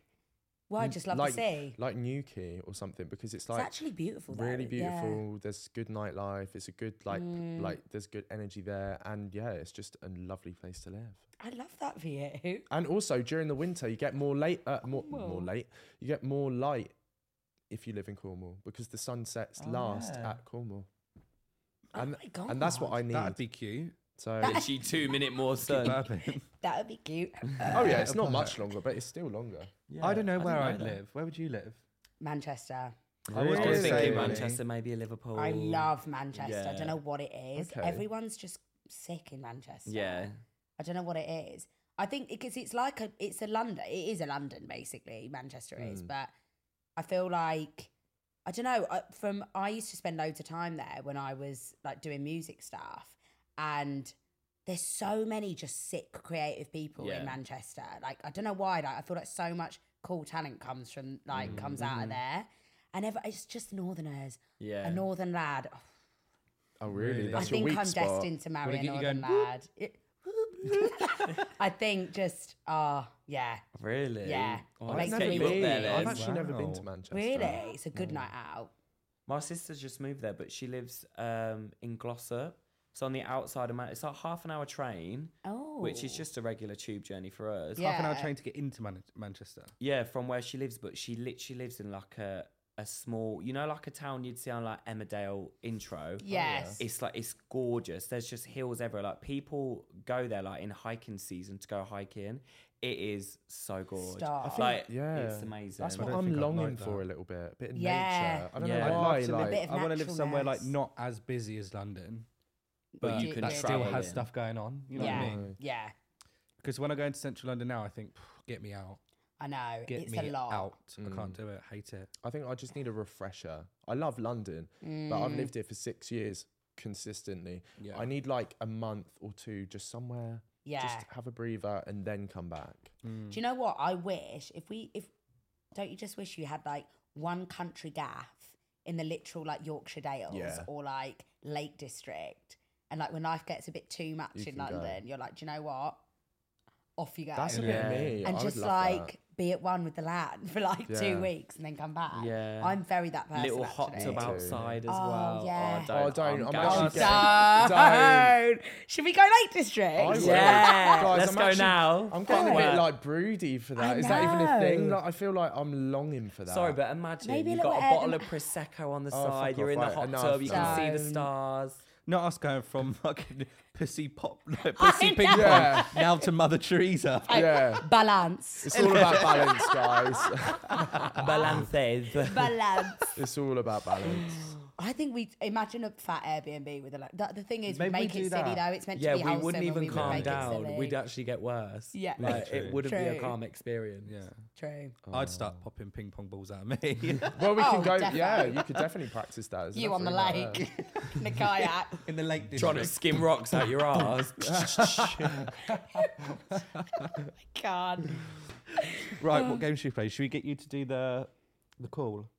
Well, I just love
like,
the sea.
Like Newquay or something because it's
It's
like
actually beautiful. Though.
really
yeah. Mm.
beautiful. There's good nightlife. It's a good like p- like there's good energy there, and yeah, it's just a lovely place to live.
I love that for you.
And also during the winter, you get more late, uh, more more
Cornwall.
late. You get more light if you live in Cornwall because the sun sets
Oh,
last
yeah.
at Cornwall.
(laughs) Oh
And,
my god.
and that's what I need.
That'd be cute. uh,
so
literally two minute more sun. (laughs)
Burping.
That would be
(laughs)
cute. Uh,
oh yeah, it's not much longer, but it's still longer.
I don't know where
know
I'd
that.
live. Where would you live?
Manchester.
was
I
gonna
was
say
thinking
really.
Manchester, maybe Liverpool.
I love Manchester. I
Yeah.
don't know what it is.
Oh, Okay.
Everyone's just sick in Manchester.
Yeah.
I don't know what it is. I think because it's like a, it's a London. It is a London basically. Manchester
Mm.
is, but I feel like I don't know. I, from I used to spend loads of time there when I was like doing music stuff, and there's so many just sick creative people
Yeah.
in Manchester. Like I don't know why. Like I feel like so much cool talent comes from like comes out of there, and ever it's just Northerners.
Mm-hmm. Yeah.
A Northern lad. Oh,
Oh really?
Really?
That's
I
your
think
weak
I'm
spot.
destined to marry
Wanna
a
get you
northern
going,
lad. It- (laughs) I think just ah yeah,
Really?
Yeah.
Oh,
I've
let's
never
get you up
been.
there
I've
then.
actually never been to
Wow.
Manchester.
really,
uh,
it's a
mm.
good night out.
My sister's just moved there, but she lives um, in Glossop. So on the outside of Man, it's like half an hour train,
Oh,
which is just a regular tube journey for us.
Yeah.
Half an hour train to get into Man- Manchester.
Yeah, from where she lives, but she literally lives in like a, a small, you know, like a town you'd see on like Emmerdale intro.
Oh,
Yes.
It's like it's gorgeous. There's just hills everywhere. Like people go there like in hiking season to go hiking. It is so gorgeous.
Stop. I think-
Like
yeah.
it's amazing.
That's what
don't
I'm
think I'd
longing
like that.
for a little bit. A bit of
Yeah.
nature. I don't
Yeah.
know
I'd
why.
love to
Like,
bit of
live, I want to live somewhere like
naturalness.
not as busy as London,
But
but
you can
that still
travel
has
in.
stuff going on. You know
yeah.
what I mean?
Yeah.
Because when I go into central London now, I think, "Phew, get me out,
I know.
get
it's
me
a lot.
out. I can't do it. Hate it.
I think I just need a refresher. I love London, but
Mm.
I've lived here for six years consistently.
Yeah.
I need like a month or two just somewhere,
Yeah.
just have a breather and then come back. Mm.
Do you know what? I wish if we if don't you just wish you had like one country gaff in the literal like Yorkshire Dales
Yeah.
or like Lake District, and like when life gets a bit too much
You can
in
go.
London, you're like, do you know what? Off you go,
That's a
Yeah.
bit of me.
and
I would
just
love that.
like be at one with the land for like
Yeah.
two weeks and then come back.
Yeah.
I'm very that person.
Little hot
actually.
tub outside as
Oh,
well.
yeah.
Oh,
Oh,
don't.
don't. I'm
going
actually
(laughs) Oh,
outside.
getting- Don't.
don't. Should we go Lake District?
I would.
Yeah,
Guys,
let's
I'm
go
actually-
now.
I'm getting a bit
Forward.
like broody for
I
that. Is that even a thing?
know.
Like, I feel like I'm longing for that.
Sorry, but imagine
Maybe a
you've got a
little
bottle
air-
of prosecco on the
Oh,
side.
fuck
You're
off,
in the
right,
hot
enough.
tub. You can see the
Don't.
(laughs) stars.
Not us going (laughs) from fucking pussy pop,
(laughs)
no, pussy ping pong
Yeah.
now to Mother Teresa.
yeah,
Balance.
it's all about balance, guys. (laughs)
Balances.
Balance. (laughs)
it's all about balance.
I think we imagine a fat Airbnb with a like. The, the thing is,
Maybe
we
we
make
do
it silly
that.
though. It's meant
Yeah,
to be
we
wholesome.
wouldn't
and
even
we would
calm
make it
down.
silly.
We'd uh, actually get worse.
Yeah. Yeah,
Like, it
true.
wouldn't be a
True.
calm experience.
Yeah. Oh.
True.
I'd start popping ping pong balls at (laughs) me
Well, we can
Oh,
go. Yeah,
definitely.
you could definitely practice that. There's
You on the
nothing wrong with that.
lake, (laughs) in the kayak.
in the lake
Trying to skim rocks out (laughs) your ass.
God.
Right, what game should we play? Should we get you to do the the call?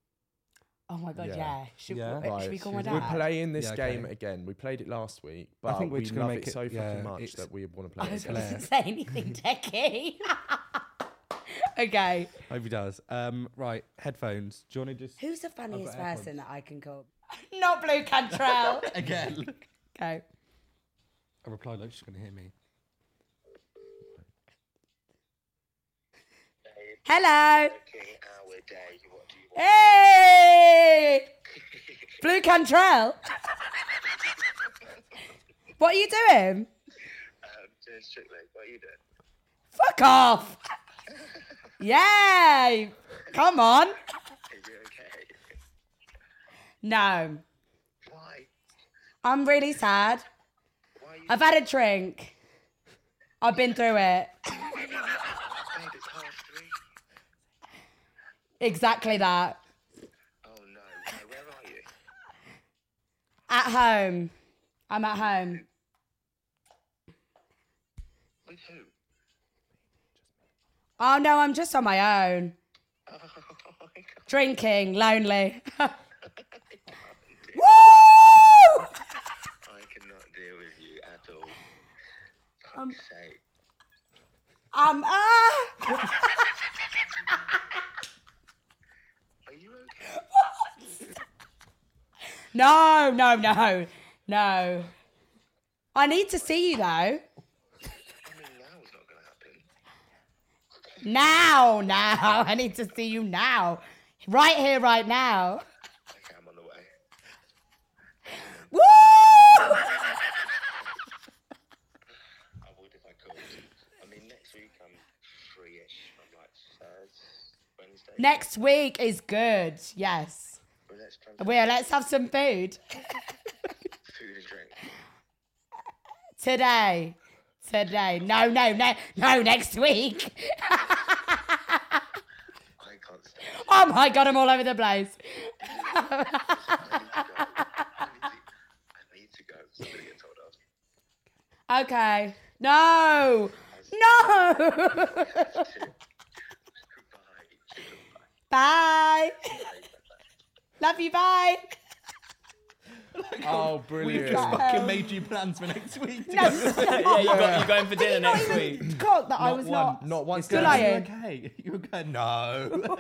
Oh my God.
Yeah.
Yeah. Should,
Yeah.
We, (laughs) should we
Right,
call my
should
dad?
we- We're playing this
Yeah, okay.
game again. We played it last week, but
think we're
we
just gonna
love
make
it
it-
so
yeah,
fucking much
it's-
that we want to
I
play it
hope he
again.
Claire.
doesn't say
(laughs)
anything, Techie. okay.
Hope he does. Um, right, headphones. Do you want to just
Who's the funniest
AirPods.
person that I can call? (laughs) Not Blue
(laughs)
Cantrell.
again?
okay.
I (laughs) replied like she's gonna hear me.
Hello.
working hour day, what do you want?
Hey! (laughs) Blue Cantrell. (laughs) what are you doing?
Um, doing Strictly, what are you doing?
Fuck off. (laughs) Yay! Come on.
Are you okay?
No,
Why?
I'm really sad.
Why are you
I've had a drink. I've been through it.
babe? It's half three.
Exactly that.
Oh no, no, where are you?
At home. I'm at home.
With who? (laughs)
Oh no, I'm just on my own.
Oh my god.
Drinking, lonely. (laughs) Woo!
I cannot deal with you at all. For
Um,
fuck's sake.
I'm ah!
Are you okay?
No, no, no, no. I need to see you though.
I mean, now is not going to happen.
Now, now. (laughs) I need to see you now. Right here, right now.
Okay, I'm on the way.
Woo!
I would if I could. I mean, next week I'm free-ish. I'm like Thursday, Wednesday.
Next week is good. Yes.
Well, let's try and
Well, let's have some food
food and drink.
today. Today. No, no, no, no, next week.
I can't stand it.
Oh my God, I'm all over the place.
I need to go. I need to, I need to go. Somebody get told off.
Okay. No, no. (laughs) Bye. Love you. Bye.
(laughs) Oh,
We've
brilliant!
just fucking made you plans for next week.
No,
(laughs)
stop.
yeah, you got, you're going for dinner next week.
God, that I was not.
Not once.
Good
did
eye.
I-
Are
lying.
you okay? (laughs) You okay? No.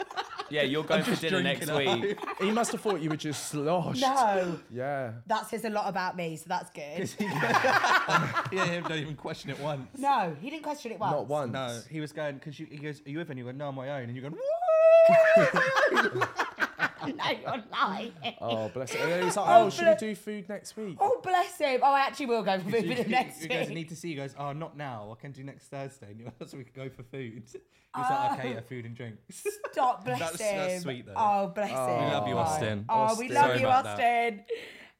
Yeah, you're going for dinner next
drinking
week.
(laughs) He must have thought you were just sloshed.
(laughs) No.
Yeah.
That says a lot about me, so that's good.
(laughs) yeah, him don't even question it once.
No, he didn't question it once.
Not once.
No,
(laughs)
he was going because he goes, "Are you with anyone?" No, on my own, and you're going,
no, you're
(laughs)
lying.
Uh,
Oh, bless it. And then he's
(laughs)
like, oh, should we
bless-
do food next week?
Oh, bless him. Oh, I actually will go for food
(laughs) You,
for the next
you guys
week.
need to see. You guys, oh, not now. I can do next Thursday. And you so we could go for food. It's
Ah.
like, okay, yeah, food and drinks.
Stop, bless
That's-
him.
that's sweet, though.
Oh, bless him.
We love you,
Right.
Austin.
Oh,
Austin.
we love
Sorry
you,
about
Austin.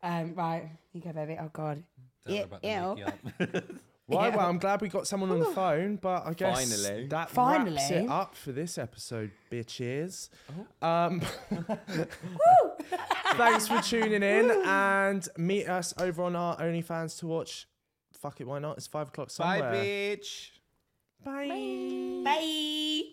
Um, right, you go, baby. Oh, God. (laughs) Yeah, ew.
Right, well, I'm glad we got someone on the phone, but I guess
Finally.
that wraps
Finally.
it up for this episode, bitches. Um, (laughs) thanks for tuning in and meet us over on our OnlyFans to watch. Fuck it, why not? It's five o'clock
Bye,
somewhere.
bitch.
Bye.
Bye.